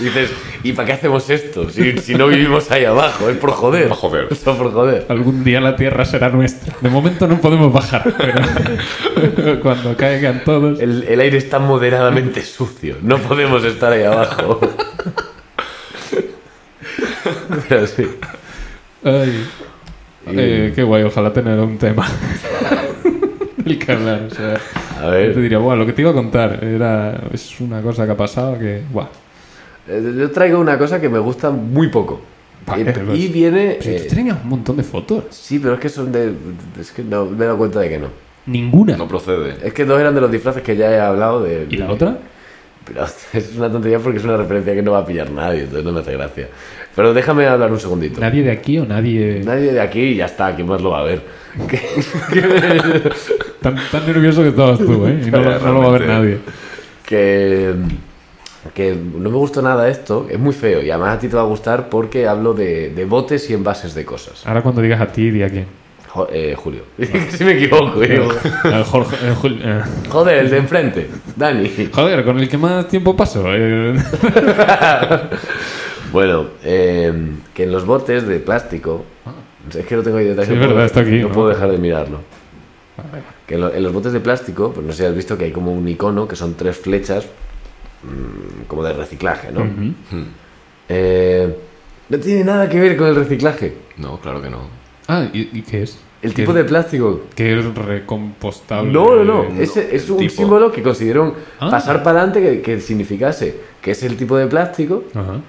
S1: Y dices, ¿y para qué hacemos esto? Si, si no vivimos ahí abajo, es por joder.
S2: Ah,
S5: Por joder.
S1: [laughs] Es por joder.
S2: Algún día la Tierra será nuestra. De momento no podemos bajar, pero [laughs] cuando caigan todos.
S1: El, el aire está moderadamente sucio. No podemos estar ahí abajo. [laughs] Pero sí.
S2: Ay. Eh, qué guay, ojalá tener un tema [laughs] del que hablar. O sea,
S1: A
S2: yo te
S1: ver.
S2: diría, "Buah, lo que te iba a contar era, es una cosa que ha pasado que. Buah,
S1: eh, Yo traigo una cosa que me gusta muy poco.
S2: Vale,
S1: Eh,
S2: pues-
S1: y viene.
S2: pero si
S1: eh,
S2: tú tenías un montón de fotos.
S1: sí, pero es que son de. Es que no me he dado cuenta de que no.
S2: Ninguna.
S5: No procede.
S1: Es que dos eran de los disfraces que ya he hablado de.
S2: ¿Y la otra?
S1: Pero [laughs] es una tontería porque es una referencia que no va a pillar nadie, entonces no me hace gracia. Pero déjame hablar un segundito.
S2: ¿Nadie de aquí o nadie.?
S1: Nadie de aquí ya está, ¿quién más lo va a ver? [laughs] Que-
S2: Tan, tan nervioso que estabas tú, ¿eh? Y no, lo- no lo va a ver nadie.
S1: que, que no me gustó nada esto, es muy feo y además a ti te va a gustar porque hablo de, de botes y envases de cosas.
S2: Ahora cuando digas a ti, di a quién.
S1: Jo- eh, Julio, [laughs] si me equivoco, y digo,
S2: Al Jorge- al Jul- eh,
S1: joder, el de enfrente, Dani.
S2: joder, con el que más tiempo paso.
S1: [laughs]
S2: eh.
S1: Bueno, eh, que en los botes de plástico, es que lo tengo ahí detrás,
S2: Ah. Sí,
S1: no
S2: es
S1: puedo-
S2: verdad, está aquí,
S1: no
S2: ¿no? Ah,
S1: puedo dejar de mirarlo. Que en, lo- en los botes de plástico, pues no sé si has visto que hay como un icono que son tres flechas mm, como de reciclaje, ¿no?
S2: Ujú.
S1: Eh, no tiene nada que ver con el reciclaje.
S5: No, claro que no.
S2: Ah, ¿y, y qué es?
S1: El
S2: ¿Qué
S1: tipo
S2: es-
S1: de plástico.
S2: Que es recompostable.
S1: No, no, no. Es,
S5: no,
S1: es
S5: el
S1: un
S5: tipo.
S1: símbolo que consiguieron
S2: Ah.
S1: pasar para adelante que, que significase que es el tipo de plástico.
S2: Ajá.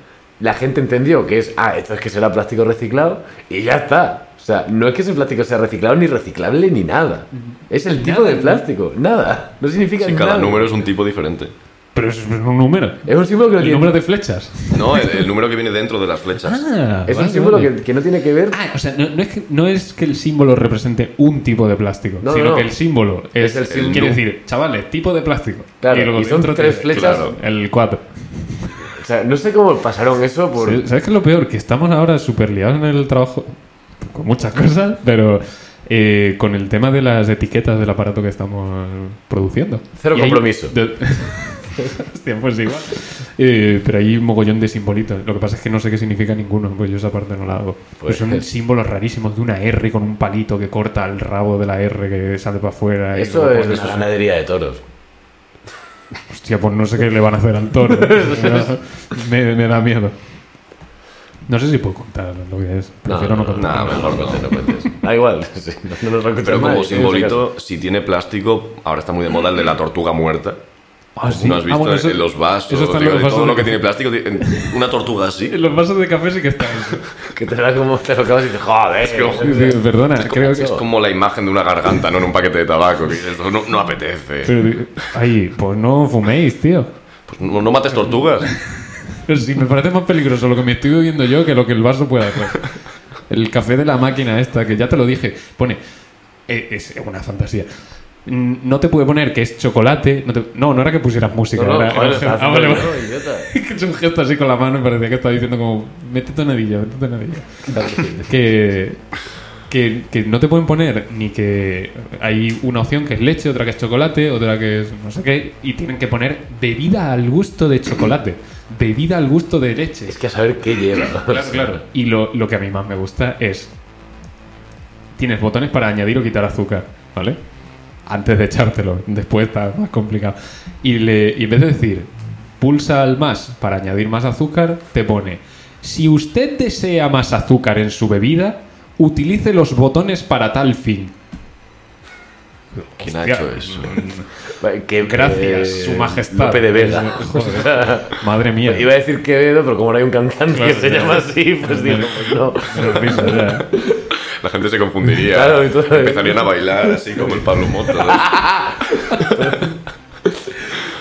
S1: La gente entendió que es, ah, esto es que será plástico reciclado y ya está. O sea, no es que ese plástico sea reciclado ni reciclable ni nada. Es el tipo de plástico, nada. No significa
S5: Si cada
S1: nada.
S5: número es un tipo diferente.
S2: Pero es un número.
S1: Es un símbolo que no
S2: El
S1: tiene.
S2: número de flechas.
S5: No, el, el número que viene dentro de las flechas.
S2: Ah,
S1: Es un
S2: vale,
S1: símbolo
S2: vale.
S1: que, que no tiene que ver.
S2: Ah, o sea, no, no es que, no es que el símbolo represente un tipo de plástico,
S1: No, no,
S2: sino
S1: no.
S2: que el símbolo es,
S1: Es el símbolo.
S2: Quiere decir, chavales, tipo de plástico.
S1: Claro, y son
S2: dentro
S1: tres
S2: tiene-
S1: flechas.
S2: claro, el 4.
S1: O sea, no sé cómo pasaron eso por.
S2: ¿Sabes qué es lo peor? Que estamos ahora súper liados en el trabajo con muchas [laughs] cosas, pero eh, con el tema de las etiquetas del aparato que estamos produciendo.
S1: Cero
S2: Y hay-
S1: compromiso.
S2: de- [laughs] Hostia, pues igual. Eh, pero hay un mogollón de simbolitos. Lo que pasa es que no sé qué significa ninguno, pues yo esa parte no la hago. Pero
S1: Pues-
S2: son símbolos rarísimos de una R con un palito que corta el rabo de la R que sale para afuera. y
S1: Eso
S2: luego
S1: es
S2: pones-
S1: una ganadería de toros.
S2: Hostia, pues no sé qué le van a hacer al toro.
S5: [laughs]
S2: Me da- me, me da miedo. No sé si puedo contar lo que es. Prefiero no, contar.
S5: no, mejor no.
S1: cuentes,
S2: [laughs]
S1: cuentes. Da igual. sí, no- no nos va a contar
S5: Pero
S1: nadie,
S5: como
S1: en ese caso.
S5: simbolito, si tiene plástico, ahora está muy de moda el de la tortuga muerta.
S2: Ah, ¿sí?
S5: ¿No has
S2: Ah,
S5: visto
S2: bueno, eso-
S5: en los vasos?
S2: eso está en
S5: digo,
S2: los
S5: de
S2: vasos
S5: todo
S2: de
S5: lo que
S2: café.
S5: tiene plástico, ti- en- una tortuga así.
S2: En los vasos de café sí que
S5: [laughs]
S2: está eso.
S1: Que te, da como, te lo acabas y dices, joder.
S5: que, ojo,
S2: Sí, sí, Perdona, creo que...
S5: Es como la imagen de una garganta, no en un paquete de tabaco. que dices, no, no apetece.
S2: Pero, ay, pues no fuméis, tío.
S5: Pues no, no mates tortugas.
S2: Pero si me parece más peligroso lo que me estoy bebiendo yo que lo que el vaso pueda hacer. El café de la máquina esta, que ya te lo dije, pone... eh, Es una fantasía. Mm, No te puede poner que es chocolate. No, te- no, no era que pusieras música.
S1: No, no,
S2: era-
S1: joder,
S2: era-
S1: estás
S2: Ah, vale,
S1: haciendo
S2: vale. [laughs]
S1: yo, idiota.
S2: que es un gesto así con la mano y parecía que estaba diciendo como mete tonadilla, mete tonadilla. que, que, que no te pueden poner ni que hay una opción que es leche, otra que es chocolate, otra que es no sé qué, y tienen que poner bebida al gusto de chocolate, bebida al gusto de leche.
S1: Es que a saber qué lleva.
S2: Claro, claro. Y lo, lo que a mí más me gusta es. Tienes botones para añadir o quitar azúcar, ¿vale? Antes de echártelo, después está más complicado. Y, le, y en vez de decir pulsa al más para añadir más azúcar, te pone si usted desea más azúcar en su bebida, utilice los botones para tal fin.
S5: ¿Quién ha
S2: Hostia.
S5: hecho eso?
S1: Que,
S2: Gracias,
S1: eh,
S2: su majestad.
S1: Lope de [laughs] Vega.
S2: [laughs] Joder. Madre mía.
S1: Iba a decir Quevedo, pero como no hay un cantante
S2: Claro,
S1: que se
S2: claro.
S1: llama así, pues digo, pues no.
S2: Me lo pienso ya.
S5: La gente se confundiría.
S1: Claro, y todo.
S5: Empezarían a bailar así como el Pablo Motos.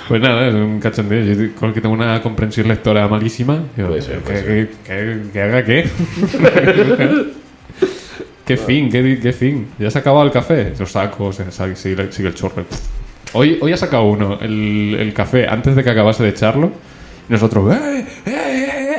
S2: Pues nada, es un cachondeo. Yo creo que tengo una comprensión lectora malísima. Yo,
S1: Puede ser,
S2: ¿qué-
S1: puede
S2: qué- qué- qué haga qué? [laughs] ¿Qué fin? ¿Qué, di- qué fin? ¿Ya se ha acabado el café? Lo saco, se- sa- sigue, sigue el chorro. Hoy, hoy ha sacado uno el, el café antes de que acabase de echarlo. Y nosotros, ¡eh! ¡eh! ¡eh!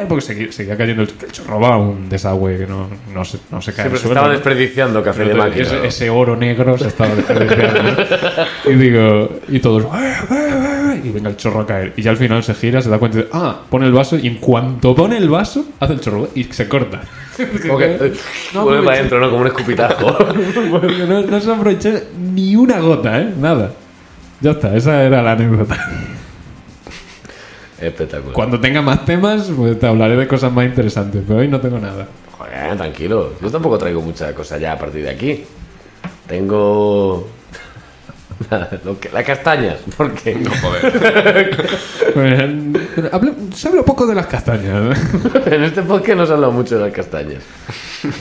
S2: eh! Porque seguía, seguía cayendo el, el chorro. Va a un desagüe que no, no, se, no se cae. al
S1: Siempre se
S2: suelo,
S1: estaba
S2: ¿no?
S1: desperdiciando café de
S2: Pero
S1: máquina.
S2: ese, ese oro negro se estaba desperdiciando. ¿no? y digo, y todos, "Ah, ah, ah", y venga el chorro a caer. Y ya al final se gira, se da cuenta de, ah, pone el vaso, y en cuanto pone el vaso, hace el chorro y se corta. [laughs]
S1: Como que eh,
S2: No,
S1: vuelve
S2: aproveché.
S1: para adentro, ¿no? Como un [laughs] escupitajo.
S2: Porque no, no se aprovecha ni una gota, ¿eh? Nada. Ya está, esa era la anécdota. [laughs]
S1: Espectacular.
S2: Cuando tenga más temas, pues te hablaré de cosas más interesantes, pero hoy no tengo nada.
S1: Joder, tranquilo. Yo tampoco traigo mucha cosa ya a partir de aquí. Tengo. [laughs] Lo que- Las castañas, porque [laughs]
S5: Joder.
S2: Eh, pero [laughs] hable- se habla poco de las castañas.
S1: en este podcast no se ha hablado mucho de las [laughs] castañas.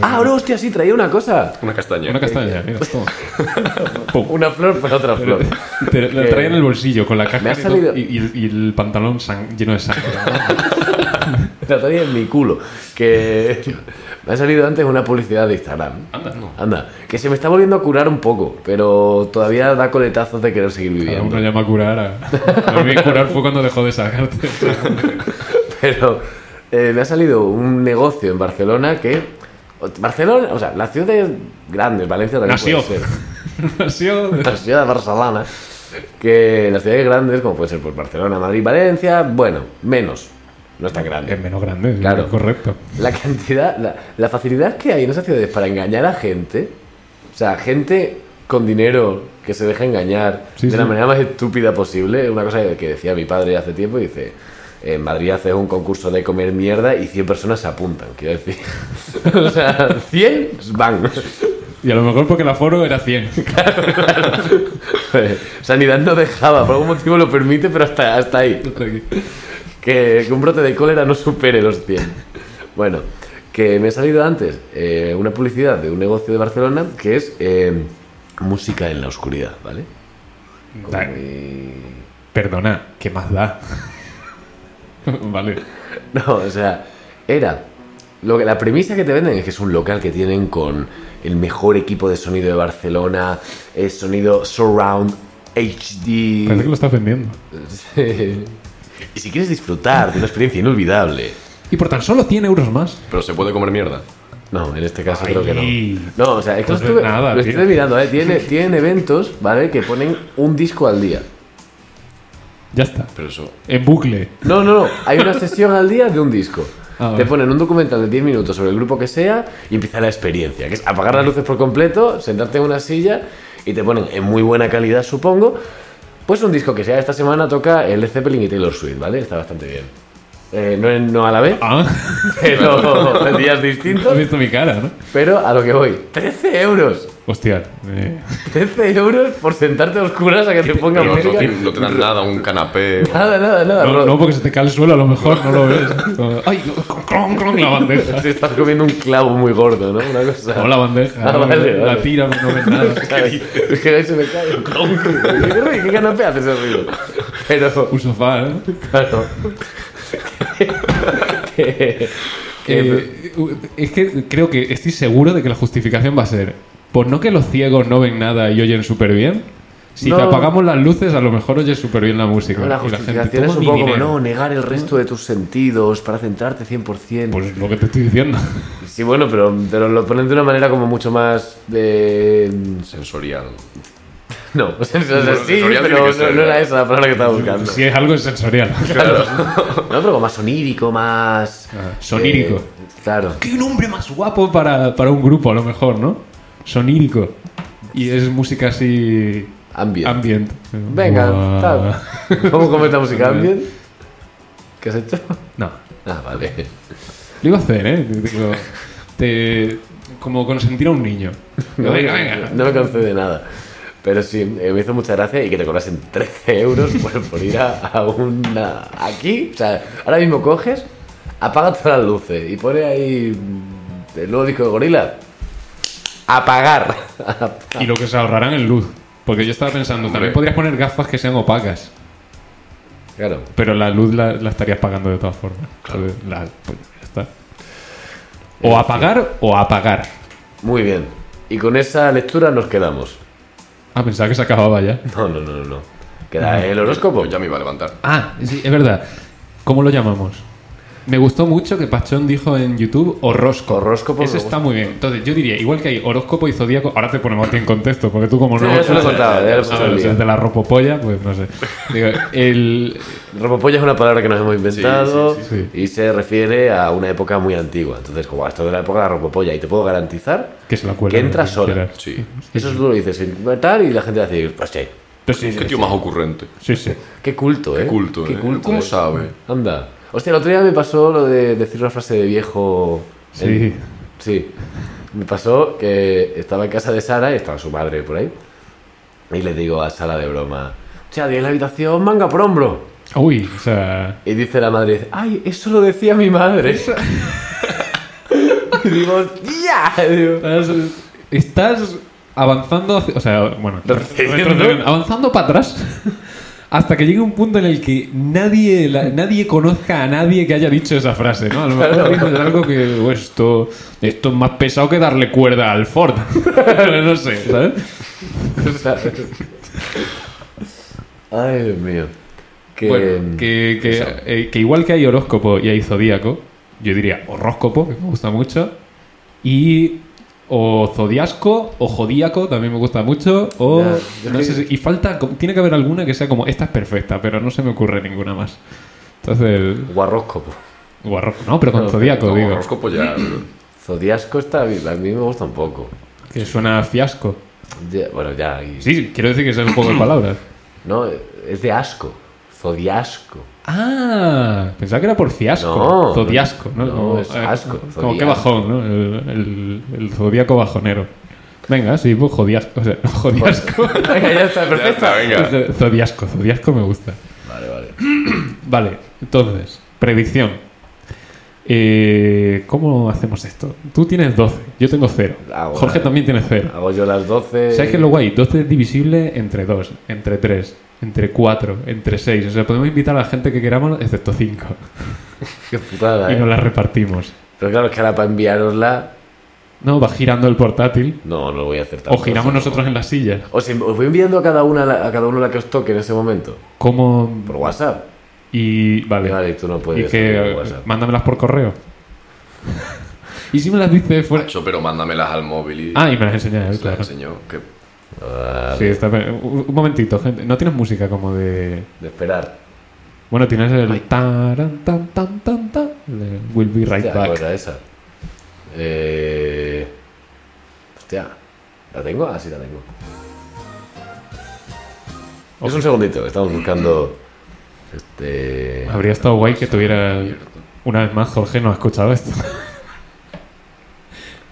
S1: Ah, no, hostia, sí, traía una cosa.
S5: Una castaña.
S2: [laughs] Una castaña, mira, toma.
S1: Una flor para otra flor. [laughs]
S2: [laughs] Te la
S1: Que-
S2: traía en el bolsillo con la caja
S1: Me ha
S2: y todo,
S1: salido-
S2: y, y el, y el pantalón sang- lleno de sangre.
S1: [laughs] La traía en mi culo. Que [laughs] me ha salido antes una publicidad de Instagram. Anda, Anda. Que se me está volviendo a curar un poco, pero todavía da coletazos de querer seguir
S2: Cada
S1: viviendo.
S2: uno llama a curar. A, a mí curar fue cuando dejó de sacarte.
S1: [laughs]
S2: [laughs]
S1: Pero eh, me ha salido un negocio en Barcelona que. Barcelona, o sea, las ciudades grandes, Valencia también
S2: Nació.
S1: puede ser. [laughs]
S2: Nació. de-
S1: La ciudad barcelona. Que las ciudades grandes, como puede ser pues, Barcelona, Madrid, Valencia, bueno, menos. No es tan grande.
S2: Es menos grande,
S1: Claro.
S2: claro. correcto.
S1: La cantidad, la, la facilidad que hay en esas ciudades para engañar a gente, o sea, gente con dinero que se deja engañar
S2: Sí,
S1: de la
S2: sí.
S1: manera más estúpida posible, una cosa que decía mi padre hace tiempo, dice, en Madrid haces un concurso de comer mierda y 100 personas se apuntan, quiero decir. [laughs] o sea, 100 van.
S2: Y a lo mejor porque el aforo
S1: [laughs]
S2: era 100.
S1: Sanidad no dejaba, por algún motivo lo permite, pero hasta, hasta ahí. que, que un brote de cólera no supere los 100. Bueno, que me ha salido antes eh, una publicidad de un negocio de Barcelona que es eh, música en la oscuridad, ¿vale?
S2: Da-
S1: Y-
S2: Perdona, ¿qué más da? [laughs] vale.
S1: No, o sea, era. Lo que, la premisa que te venden es que es un local que tienen con el mejor equipo de sonido de Barcelona, el sonido surround HD.
S2: Parece que lo estás vendiendo.
S1: Sí. [laughs] Y si quieres disfrutar de una experiencia inolvidable.
S2: Y por tan solo 100 euros más.
S5: Pero se puede comer mierda.
S1: No, en este caso
S2: Ay.
S1: creo que no. No, o sea, es que lo
S2: Entonces,
S1: estuve,
S2: nada,
S1: lo
S2: tío.
S1: estuve mirando, ¿eh? Tiene- tienen eventos, ¿vale? Que ponen un disco al día.
S2: Ya está.
S5: Pero eso.
S2: En bucle.
S1: No, no, no. Hay una sesión al día de un disco.
S2: [laughs] Ah,
S1: Te
S2: vale.
S1: ponen un documental de 10 minutos sobre el grupo que sea y empieza la experiencia, que es apagar las luces por completo, sentarte en una silla y te ponen en muy buena calidad, supongo. Pues un disco que sea esta semana toca el Led Zeppelin y Taylor Swift, ¿vale? Está bastante bien. Eh, no, en- no a la vez, [laughs]
S2: Ah,
S1: pero en días distintos.
S2: [laughs] has visto mi cara, ¿no?
S1: Pero a lo que voy, 13 euros.
S2: Hostia. eh,
S1: 13 euros por sentarte a oscuras a que te pongan
S5: No, no
S1: música.
S5: te, no te dan nada, un canapé.
S1: Nada, nada, nada.
S2: No,
S1: Ro-
S2: no, porque se te cae el suelo, a lo mejor no lo ves. Como, [laughs] Ay, clon, clon, clon, la bandeja.
S1: Te estás comiendo un clavo muy gordo, ¿no? Una cosa.
S2: No, la bandeja.
S1: Ah, vale,
S2: La
S1: vale.
S2: tira, no ves [laughs] nada.
S1: [laughs] Es que ahí se me cae. ¿Qué ruido? ¿Qué canapé hace ese ruido? Pero,
S2: Un sofá, ¿eh? ¿no?
S1: claro. Que-
S2: Eh, es que creo que estoy seguro de que la justificación va a ser, por no que los ciegos no ven nada y oyen súper bien, si
S1: No.
S2: te apagamos las luces a lo mejor oyes súper bien la música.
S1: la
S2: Y
S1: justificación es
S2: toma
S1: un
S2: mi
S1: poco como,
S2: dinero.
S1: no, negar el resto de tus sentidos para centrarte 100%.
S2: Pues lo que te estoy diciendo. [laughs]
S1: sí, bueno, pero, pero lo ponen de una manera como mucho más de...
S5: Sensorial.
S1: No, [laughs] o sea, o sea,
S5: Bueno,
S1: sí,
S5: sensorial
S1: pero
S5: tiene
S1: no,
S5: que ser,
S1: no era
S5: ¿no?
S1: esa la palabra que estaba buscando.
S2: Si es algo es [laughs] sensorial.
S1: No, pero como más sonírico, más...
S2: Ah, sonírico.
S1: eh, claro.
S2: ¡Qué nombre más guapo para, para un grupo a lo mejor, ¿no? Sonírico. Y es música así...
S1: Ambient.
S2: Ambient.
S1: Venga,
S2: Buah.
S1: tal. ¿Cómo comentamos y cambian? ¿Qué has hecho?
S2: No.
S1: Ah, vale.
S2: Lo iba a hacer, ¿eh? Digo, te- como consentir a un niño.
S1: No,
S2: venga, venga.
S1: no me concede nada. Pero sí, eh, me hizo mucha gracia y que te cobrasen 13 euros por, por ir a, a una. Aquí, o sea, ahora mismo coges, apaga todas las luces y pone ahí mm, el nuevo disco de Gorila. Apagar. [laughs]
S2: Y lo que se ahorrarán en luz. Porque yo estaba pensando,
S5: Hombre.
S2: también podrías poner gafas que sean opacas.
S1: claro.
S2: Pero la luz la, la estarías pagando de todas formas. Entonces, la- pues, ya está. O apagar o apagar.
S1: Muy bien. Y con esa lectura nos quedamos.
S2: Ah, pensaba que se acababa ya.
S1: No, no, no, no, no. Queda el horóscopo.
S5: Pues ya me iba a levantar.
S2: Ah, sí, es verdad. ¿Cómo lo llamamos? Me gustó mucho que Pachón dijo en YouTube horóscopo.
S1: Horóscopo,
S2: Eso
S1: me
S2: está muy bien. Entonces, yo diría, igual que hay horóscopo y zodíaco, ahora te ponemos a ti en contexto, porque tú como
S1: Sí,
S2: no...
S1: ya se lo he
S2: Ah,
S1: contado, ya lo he
S2: ah,
S1: puesto el
S2: o sea,
S1: día.
S2: de la ropopolla, pues no sé. Digo, el,
S1: Ropopolla es una palabra que nos hemos inventado
S5: Sí,
S2: sí, sí,
S1: y se refiere a una época muy antigua. Entonces, como a esto de la época de la ropopolla, y te puedo garantizar
S2: que se la cuela.
S1: que entras
S2: lo que
S1: sola.
S2: quieras.
S5: Sí.
S1: Eso tú lo dices sin matar y la gente va a decir, pues sí,
S2: Pues sí,
S5: Qué
S2: sí,
S5: tío más ocurrente.
S2: sí, sí.
S1: qué culto, ¿eh?
S5: Qué culto,
S1: Qué
S5: ¿eh?
S1: culto,
S5: ¿Cómo
S1: ¿eh?
S5: sabe?
S1: Anda. Hostia, el otro día me pasó lo de decir una frase de viejo.
S2: Sí.
S1: en- sí. Me pasó que estaba en casa de Sara y estaba su madre por ahí. Y le digo a Sara de broma, hostia, tiene la habitación manga por hombro.
S2: Uy, o sea...
S1: Y dice la madre, ay, eso lo decía mi madre. [laughs] y digo, "Hostia". Digo, [laughs]
S2: Estás, estás avanzando, hacia- o sea, bueno,
S1: Retrocediendo.
S2: retrocediendo, avanzando para atrás [laughs] hasta que llegue un punto en el que nadie, la- nadie conozca a nadie que haya dicho esa frase, ¿no? A lo mejor dices algo que "Oh, esto, esto es más pesado que darle cuerda al Ford, [laughs] no sé, ¿sabes?
S1: ¿sabes? Ay, Dios mío. Que,
S2: Bueno, que, que- eh, que igual que hay horóscopo y hay zodíaco, yo diría horóscopo, que me gusta mucho, y o zodiasco o jodíaco, también me gusta mucho, o
S1: Ya, yo
S2: no
S1: es
S2: sé
S1: que-
S2: si- y falta, co- tiene que haber alguna que sea como esta es perfecta, pero no se me ocurre ninguna más. Entonces,
S1: Guarróscopo.
S2: o arro- no, pero con
S1: No,
S2: zodíaco,
S5: No,
S2: digo,
S5: horóscopo ya.
S1: Zodiasco está bien, a mí me gusta un poco.
S2: que suena a fiasco.
S1: Ya- bueno, ya. y-
S2: Sí, quiero decir que ese es un poco de palabras.
S1: No, es de asco.
S2: [laughs]
S1: Zodiasco.
S2: Ah, pensaba que era por fiasco.
S1: No,
S2: zodiasco, ¿no?
S1: no,
S2: Como,
S1: es
S2: eh,
S1: asco,
S2: Como
S1: zodiasco.
S2: que bajón, ¿no? El, el, el zodiaco bajonero. Venga, sí, pues jodiasco. O sea, no, jodiasco.
S1: Venga, Pues, ya está,
S5: Ya
S1: perfecto.
S5: está,
S2: [laughs]
S5: venga.
S2: zodiasco, zodiasco me gusta.
S1: Vale, vale.
S2: [clears throat] Vale, entonces, predicción. Eh, ¿Cómo hacemos esto? Tú tienes 12, yo tengo 0.
S1: Ah, bueno. Ah,
S2: Jorge también tiene 0.
S1: Hago yo las 12.
S2: ¿Sabes qué es lo guay? 12 divisible entre 2, entre 3, entre cuatro, entre seis. O sea, podemos invitar a la gente que queramos, excepto cinco.
S1: Qué putada,
S2: Y
S1: ¿eh?
S2: nos la repartimos.
S1: Pero claro, es que ahora para enviárosla,
S2: No, va girando el portátil.
S1: no, no lo voy a hacer
S2: O
S1: tampoco.
S2: giramos nosotros en la silla.
S1: O sea, os voy enviando a cada, una la- a cada uno la que os toque en ese momento.
S2: ¿Cómo?
S1: Por WhatsApp.
S2: Y
S1: Vale,
S2: vale.
S1: tú no
S2: y
S1: puedes.
S2: que
S1: por WhatsApp.
S2: mándamelas por correo. ¿Y si me las dice fuera?
S5: Macho, pero mándamelas al móvil y
S2: Ah, y me las enseñas,
S5: Ah, se las
S2: claro.
S5: enseñó. Que
S1: Ah,
S2: Sí, está bien. un un momentito, gente. No tienes música como de.
S1: De esperar.
S2: Bueno, tienes el. Taran, tan, tan, tan, tan. de We'll be right
S1: Hostia,
S2: back.
S1: cosa esa. Eh... Hostia. ¿La tengo? Ah, sí, la tengo. Es un segundito, estamos buscando. Este.
S2: Habría estado guay que tuviera. Una vez más, Jorge no ha escuchado esto.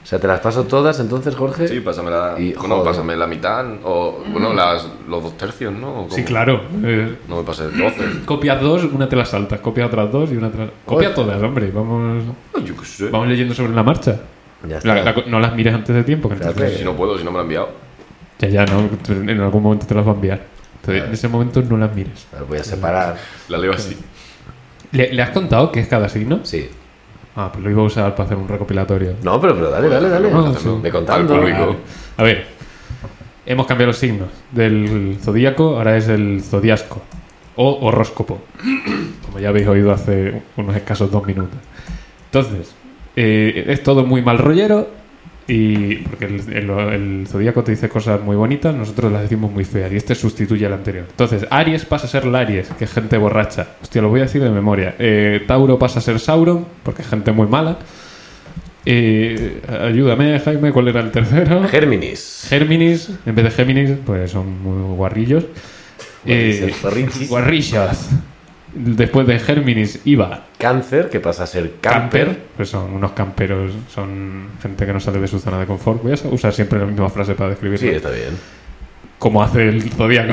S1: O sea, te las paso todas entonces, Jorge.
S5: Sí, pásame la,
S1: Y-
S5: bueno,
S1: joder.
S5: pásame la mitad, o bueno, las, los dos tercios, ¿no? ¿O cómo?
S2: Sí, claro. Eh,
S5: No me pases 12.
S2: copias dos, una te la saltas. Copias otras dos y una te la... Copia
S1: Joder.
S2: todas, hombre. Vamos,
S5: Yo qué sé.
S2: vamos leyendo sobre la marcha.
S1: Ya está.
S2: La- la- no las mires antes de tiempo. Que
S1: Fíjate.
S2: entonces-
S5: Si no puedo, si no me lo han enviado.
S2: Ya, ya, no, en algún momento te las va a enviar. Entonces, en ese momento no las mires.
S1: Las voy a separar.
S5: La leo así.
S2: ¿Le, le has contado qué es cada signo?
S1: Sí.
S2: Ah, pues lo iba a usar para hacer un recopilatorio.
S1: No, pero, pero dale, [laughs] dale, dale.
S2: Ah, sí.
S1: Me contando.
S5: Al público.
S2: A ver, hemos cambiado los signos. Del zodíaco ahora es el zodiasco o horóscopo, como ya habéis oído hace unos escasos dos minutos. Entonces, eh, es todo muy mal rollero y porque el, el- el zodíaco te dice cosas muy bonitas, nosotros las decimos muy feas y este sustituye al anterior. Entonces, Aries pasa a ser la Aries, que es gente borracha. Hostia, lo voy a decir de memoria. Eh, Tauro pasa a ser Sauron, porque es gente muy mala. Eh, ayúdame, Jaime, ¿cuál era el tercero?
S1: Géminis.
S2: Géminis, en vez de Géminis, pues son muy guarrillos. Eh,
S1: Guarrillos.
S2: guarrillas. Después de Géminis iba
S1: Cáncer, que pasa a ser
S2: Camper,
S1: camper.
S2: pues son unos camperos, son gente que no sale de su zona de confort. Voy a usar siempre la misma frase
S1: Sí,
S2: para describirlo,
S1: está bien.
S2: como hace el zodiaco.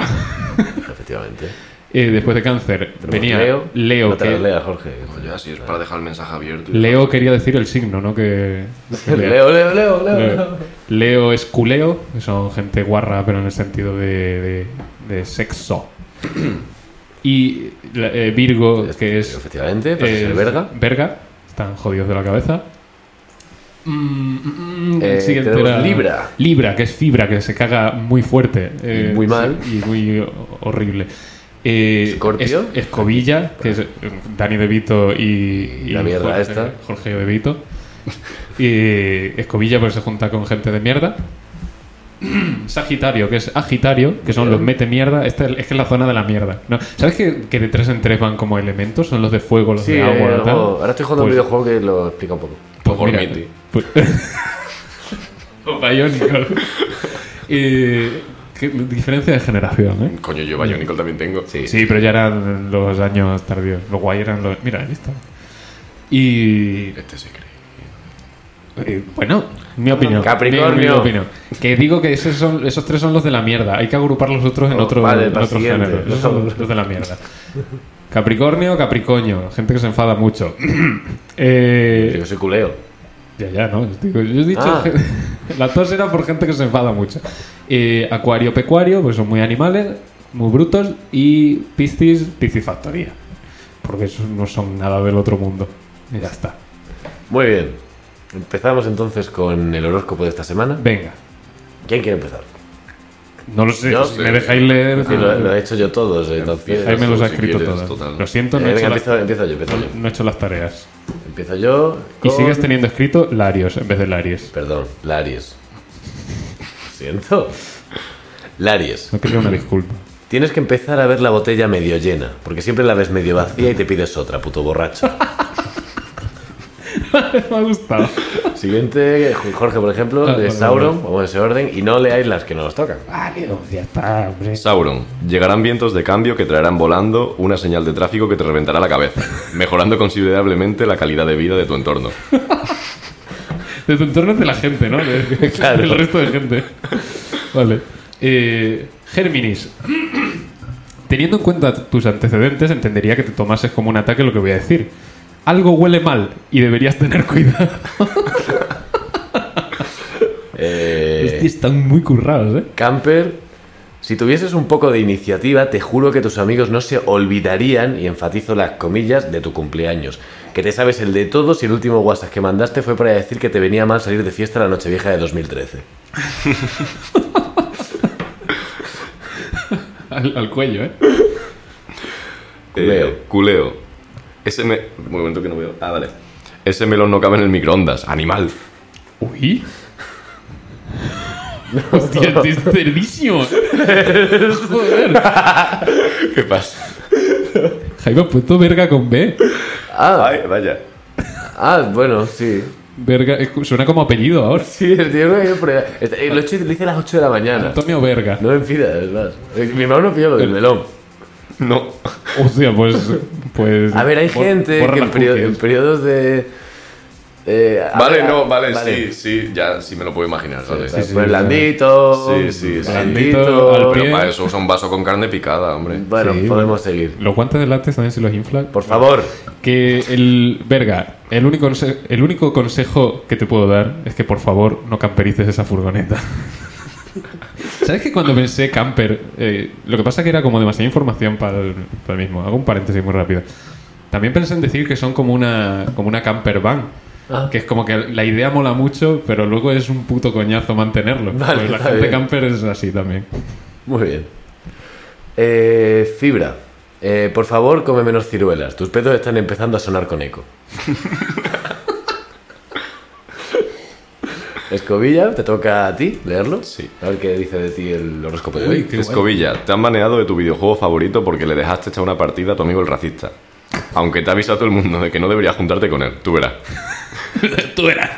S1: Efectivamente.
S2: [laughs] Eh, después de Cáncer
S1: Tenemos
S2: venía Leo,
S1: no te
S2: que-
S1: las leas, Jorge.
S5: Pues ya, si es para dejar el mensaje abierto. y-
S2: Leo quería decir el signo, ¿no? [laughs] Que
S1: [laughs] Leo, Leo, Leo, Leo.
S2: Leo, Leo es culeo, que son gente guarra, pero en el sentido de, de- de sexo. [clears throat] Y la- eh, Virgo, que es,
S1: Efectivamente, pasa a ser
S2: es
S1: verga.
S2: verga, están jodidos de la cabeza. Mm, mm, mm,
S1: Eh,
S2: el siguiente
S1: tenemos
S2: era
S1: Libra.
S2: Libra, que es fibra, que se caga muy fuerte. eh,
S1: muy mal.
S2: sí, Y muy horrible. Eh,
S1: Escorpio.
S2: es- Escobilla, que es eh, Dani De Vito y,
S1: Y la mierda
S2: Jorge,
S1: esta.
S2: Jorge De Vito. Y Escobilla, porque se junta con gente de mierda. Sagitario, que es Agitario, que son los mete mierda. Esta es que es la zona de la mierda. ¿no? ¿Sabes que, que de tres en tres van como elementos? Son los de fuego, los
S1: Sí,
S2: de
S1: eh,
S2: agua. tal.
S1: algo- ahora estoy jugando
S2: Pues-
S1: un videojuego que lo explica un poco.
S2: pues
S5: Por
S2: mira,
S5: Miti.
S2: pues- [laughs] O Bionicle. [laughs] Eh, ¿qué diferencia de generación, ¿eh?
S5: Coño, yo Bionicle también tengo.
S1: Sí.
S2: Sí, pero ya eran los años tardíos. Los guay eran los. Mira, ahí está. Y.
S5: Este se cree.
S2: eh, bueno, mi opinión.
S1: Capricornio.
S2: Mi, mi opinión. Que digo que esos, son, esos tres son los de la mierda. Hay que agrupar los otros en
S1: Oh,
S2: otro,
S1: vale,
S2: en
S1: para
S2: otro
S1: siguiente.
S2: género. Esos son los de la mierda. Capricornio, Capricoño. Gente que se enfada mucho. [clears throat] eh,
S1: Yo soy culeo.
S2: ya, ya, ¿no? Digo, yo he dicho. [laughs]
S1: Ah.
S2: La tos era por gente que se enfada mucho. Eh, acuario, pecuario, pues son muy animales, muy brutos. Y piscis, piscifactoría. Porque esos no son nada del otro mundo. Y ya está.
S1: Muy bien. Empezamos entonces con el horóscopo de esta semana.
S2: Venga.
S1: ¿Quién quiere empezar?
S2: Ah. No lo sé.
S1: Yo
S2: si
S1: sé.
S2: me dejáis leer.
S1: Sí, lo, lo he hecho yo todos, eh, entonces.
S2: Jaime los ha
S5: Si
S2: escrito
S5: quieres,
S2: todas.
S5: total.
S2: Lo siento,
S1: Eh,
S2: no, he
S1: venga,
S2: hecho las,
S1: empiezo, empiezo yo, empiezo yo.
S2: no he hecho las tareas.
S1: Empiezo yo.
S2: Y
S1: con-
S2: sigues teniendo escrito Larios en vez de Laries.
S1: Perdón, la Aries. Lo siento. La Aries.
S2: No quería
S1: [laughs]
S2: una disculpa. [laughs]
S1: Tienes que empezar a ver la botella medio llena, porque siempre la ves medio vacía y te pides otra, puto borracho. [laughs]
S2: me ha gustado.
S1: Siguiente, Jorge, por ejemplo,
S2: Ah,
S1: de
S2: vale,
S1: Sauron, vamos en ese orden, y no leáis las que no os tocan.
S2: ya está, hombre.
S5: Sauron, llegarán vientos de cambio que traerán volando una señal de tráfico que te reventará la cabeza, [laughs] mejorando considerablemente la calidad de vida de tu entorno.
S2: De tu entorno es de la gente,
S1: [laughs]
S2: ¿no? De-
S1: Claro.
S2: Del resto de gente. Vale. Eh, Géminis. Teniendo en cuenta tus antecedentes, entendería que te tomases como un ataque lo que voy a decir. Algo huele mal y deberías tener cuidado.
S1: Eh,
S2: Hostia, [laughs] están muy currados, ¿eh?
S1: Camper, Si tuvieses un poco de iniciativa, te juro que tus amigos no se olvidarían, y enfatizo las comillas, de tu cumpleaños. Que te sabes el de todos y el último WhatsApp que mandaste fue para decir que te venía mal salir de fiesta la noche vieja de 2013.
S2: Al, al cuello, ¿eh?
S1: Culeo.
S5: Eh, culeo. Ese me... Un momento que no veo. Ah, vale. Ese melón no cabe en el microondas. Animal.
S2: Uy. Hostia, esto es cerdísimo. Joder.
S5: ¿Qué pasa?
S2: Jaime ha puesto verga con B.
S1: Ah,
S5: Ay, vaya.
S1: ah, bueno, sí.
S2: Verga, es- suena como apellido ahora.
S1: Sí, el tío no por ahí. Este, eh, Lo he hecho- lo hice a las 8 de la mañana.
S2: Antonio Verga.
S1: No me pidas, ¿verdad? Eh, Mi hermano no pilló lo del melón.
S5: No.
S2: Hostia, pues. pues
S1: A ver, hay
S2: bor-
S1: gente
S2: borra
S1: que en,
S2: las
S1: perio-
S2: cookies.
S1: en periodos de. eh, a
S5: Vale,
S1: ver,
S5: no, vale,
S1: vale.
S5: sí, sí. Ya sí me lo puedo imaginar, ¿sabes?
S1: Sí,
S2: sí,
S1: pues
S2: sí.
S1: blandito.
S5: Sí, sí, sí.
S1: Blandito.
S2: Blandito, al
S5: Pero
S2: pie.
S5: para eso usa un vaso con carne picada, hombre.
S1: Bueno,
S2: Sí,
S1: podemos seguir.
S2: Los guantes de látex también se los inflan.
S1: Por favor.
S2: Que el. Verga, el único, conse- el único consejo que te puedo dar es que por favor no camperices esa furgoneta. [laughs] ¿Sabes que cuando pensé camper, eh, lo que pasa que era como demasiada información para el, para el mismo? Hago un paréntesis muy rápido. También pensé en decir que son como una, como una camper van.
S1: Ah.
S2: Que es como que la idea mola mucho, pero luego es un puto coñazo mantenerlo.
S1: Vale,
S2: Pues la
S1: está
S2: gente
S1: bien.
S2: camper es así también.
S1: Muy bien. Eh, fibra. Eh, por favor, come menos ciruelas. Tus pedos están empezando a sonar con
S5: [laughs]
S1: eco. Escobilla, te toca a ti leerlo.
S5: Sí.
S1: A ver qué dice de ti el horóscopo de
S2: Uy,
S1: hoy.
S2: qué guay.
S5: Escobilla, te han baneado de tu videojuego favorito porque le dejaste echar una partida a tu amigo el racista. Aunque te ha avisado todo el mundo de que no deberías juntarte con él, tú verás.
S2: Tú eras.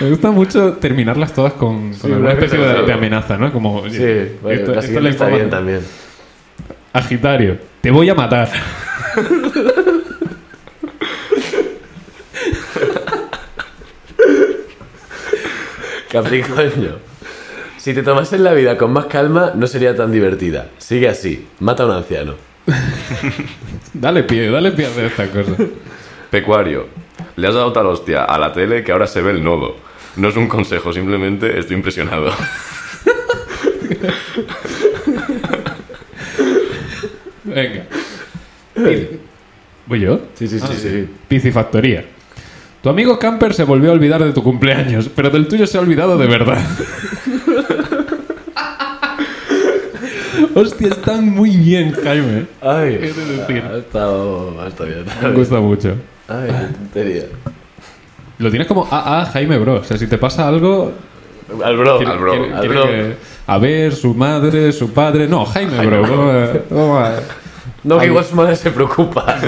S2: Me gusta mucho terminarlas todas con, con alguna
S1: una
S2: especie
S1: cosa
S2: de,
S1: así.
S2: de amenaza, ¿no? Como, oye,
S1: Sí, bueno,
S2: esto-
S1: la
S2: esto es
S1: siguiente está bien
S2: información.
S1: también.
S2: Agitario, te voy a matar.
S1: [laughs] Capricornio. Si te tomases la vida con más calma, no sería tan divertida. Sigue así. Mata a un anciano.
S2: Dale pie, dale pie a hacer esta cosa.
S5: Pecuario, le has dado tal hostia a la tele que ahora se ve el nodo. No es un consejo, simplemente estoy impresionado. [laughs]
S2: Venga. ¿Voy yo?
S1: Sí, sí, sí, sí.
S2: Piscifactoría. Tu amigo camper se volvió a olvidar de tu cumpleaños, pero del tuyo se ha olvidado de verdad. Hostia, están muy bien, Jaime.
S1: Ay,
S2: ¿Qué te decir?
S1: ha estado, ha estado bien. [laughs] ha
S2: Me
S1: estado bien.
S2: gusta mucho.
S1: Ay, qué tontería.
S2: Lo tienes como AA Jaime Bro. O sea, si te pasa algo.
S1: Al bro,
S2: quiere-
S1: al bro,
S2: quiere-
S1: al
S2: quiere
S1: bro.
S2: que- a ver, su madre, su padre. No, Jaime, Bro. vamos a- vamos a-
S1: No, que
S2: al-
S1: igual su madre se [laughs] preocupa.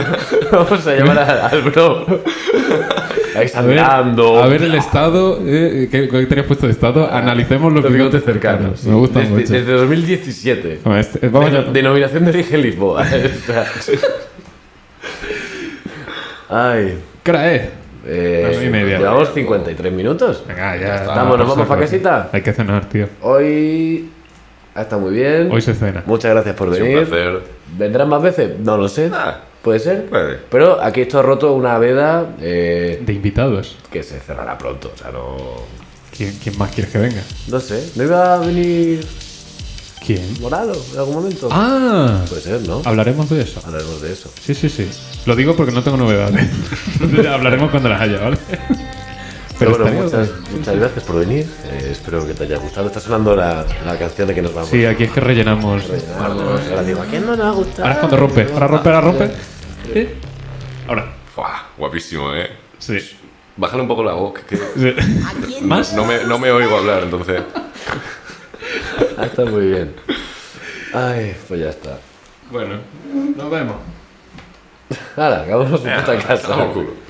S1: Vamos a llamar a- al bro. Ahí
S2: A ver,
S1: sangrando.
S2: a ver el estado. Eh, ¿qué, qué tenías puesto de estado? Analicemos los,
S1: Los bigotes cercanos.
S2: cercanos. Me gusta
S1: desde,
S2: mucho.
S1: Desde 2017.
S2: Bueno, este- vamos
S1: Deno-
S2: a-
S1: Denominación de origen Lisboa. [laughs] O sea. Ay.
S2: Cra, eh.
S1: Eh,
S2: Las nueve y media.
S1: Llevamos 53 minutos.
S2: Venga, ya.
S1: Estamos, nos vamos
S2: Pasa
S1: pa'
S2: cosas.
S1: casita.
S2: Hay que cenar, tío.
S1: Hoy ha estado muy bien.
S2: Hoy se cena.
S1: Muchas gracias por
S5: Es un
S1: venir.
S5: placer.
S1: ¿Vendrán más veces? No lo sé.
S5: Ah,
S1: Puede ser.
S5: puede.
S1: Pero aquí esto ha roto una veda eh,
S2: De invitados.
S1: que se cerrará pronto. O sea, no.
S2: ¿Quién, quién más quieres que venga?
S1: No sé. ¿No iba a venir
S2: ¿Quién?
S1: Morado en algún momento?
S2: ¡Ah!
S1: Puede ser, ¿no?
S2: Hablaremos de eso.
S1: Hablaremos de eso.
S2: Sí, sí, sí. Lo digo porque no tengo novedades. [laughs] Entonces, Hablaremos cuando las haya, ¿vale?
S1: Pero bueno,
S2: estaría
S1: muchas,
S2: guay.
S1: muchas gracias por venir. Eh, espero que te haya gustado. Está sonando la, la canción de que nos vamos.
S2: Sí, aquí es que rellenamos.
S1: Ahora digo, ¿a quién no nos ha gustado?
S2: Ahora es cuando rompe. Ahora rompe, ahora rompe. Sí. Ahora.
S5: Fua, guapísimo, ¿eh?
S2: Sí.
S5: Bájale un poco la voz, que
S2: Sí.
S3: ¿A quién
S2: ¿Más?
S5: no me, no me oigo hablar, entonces.
S1: Ah, está muy bien. Ay, pues ya está.
S2: Bueno, nos vemos.
S1: Ahora, hagamos su puta casa.
S5: Vamos, culo.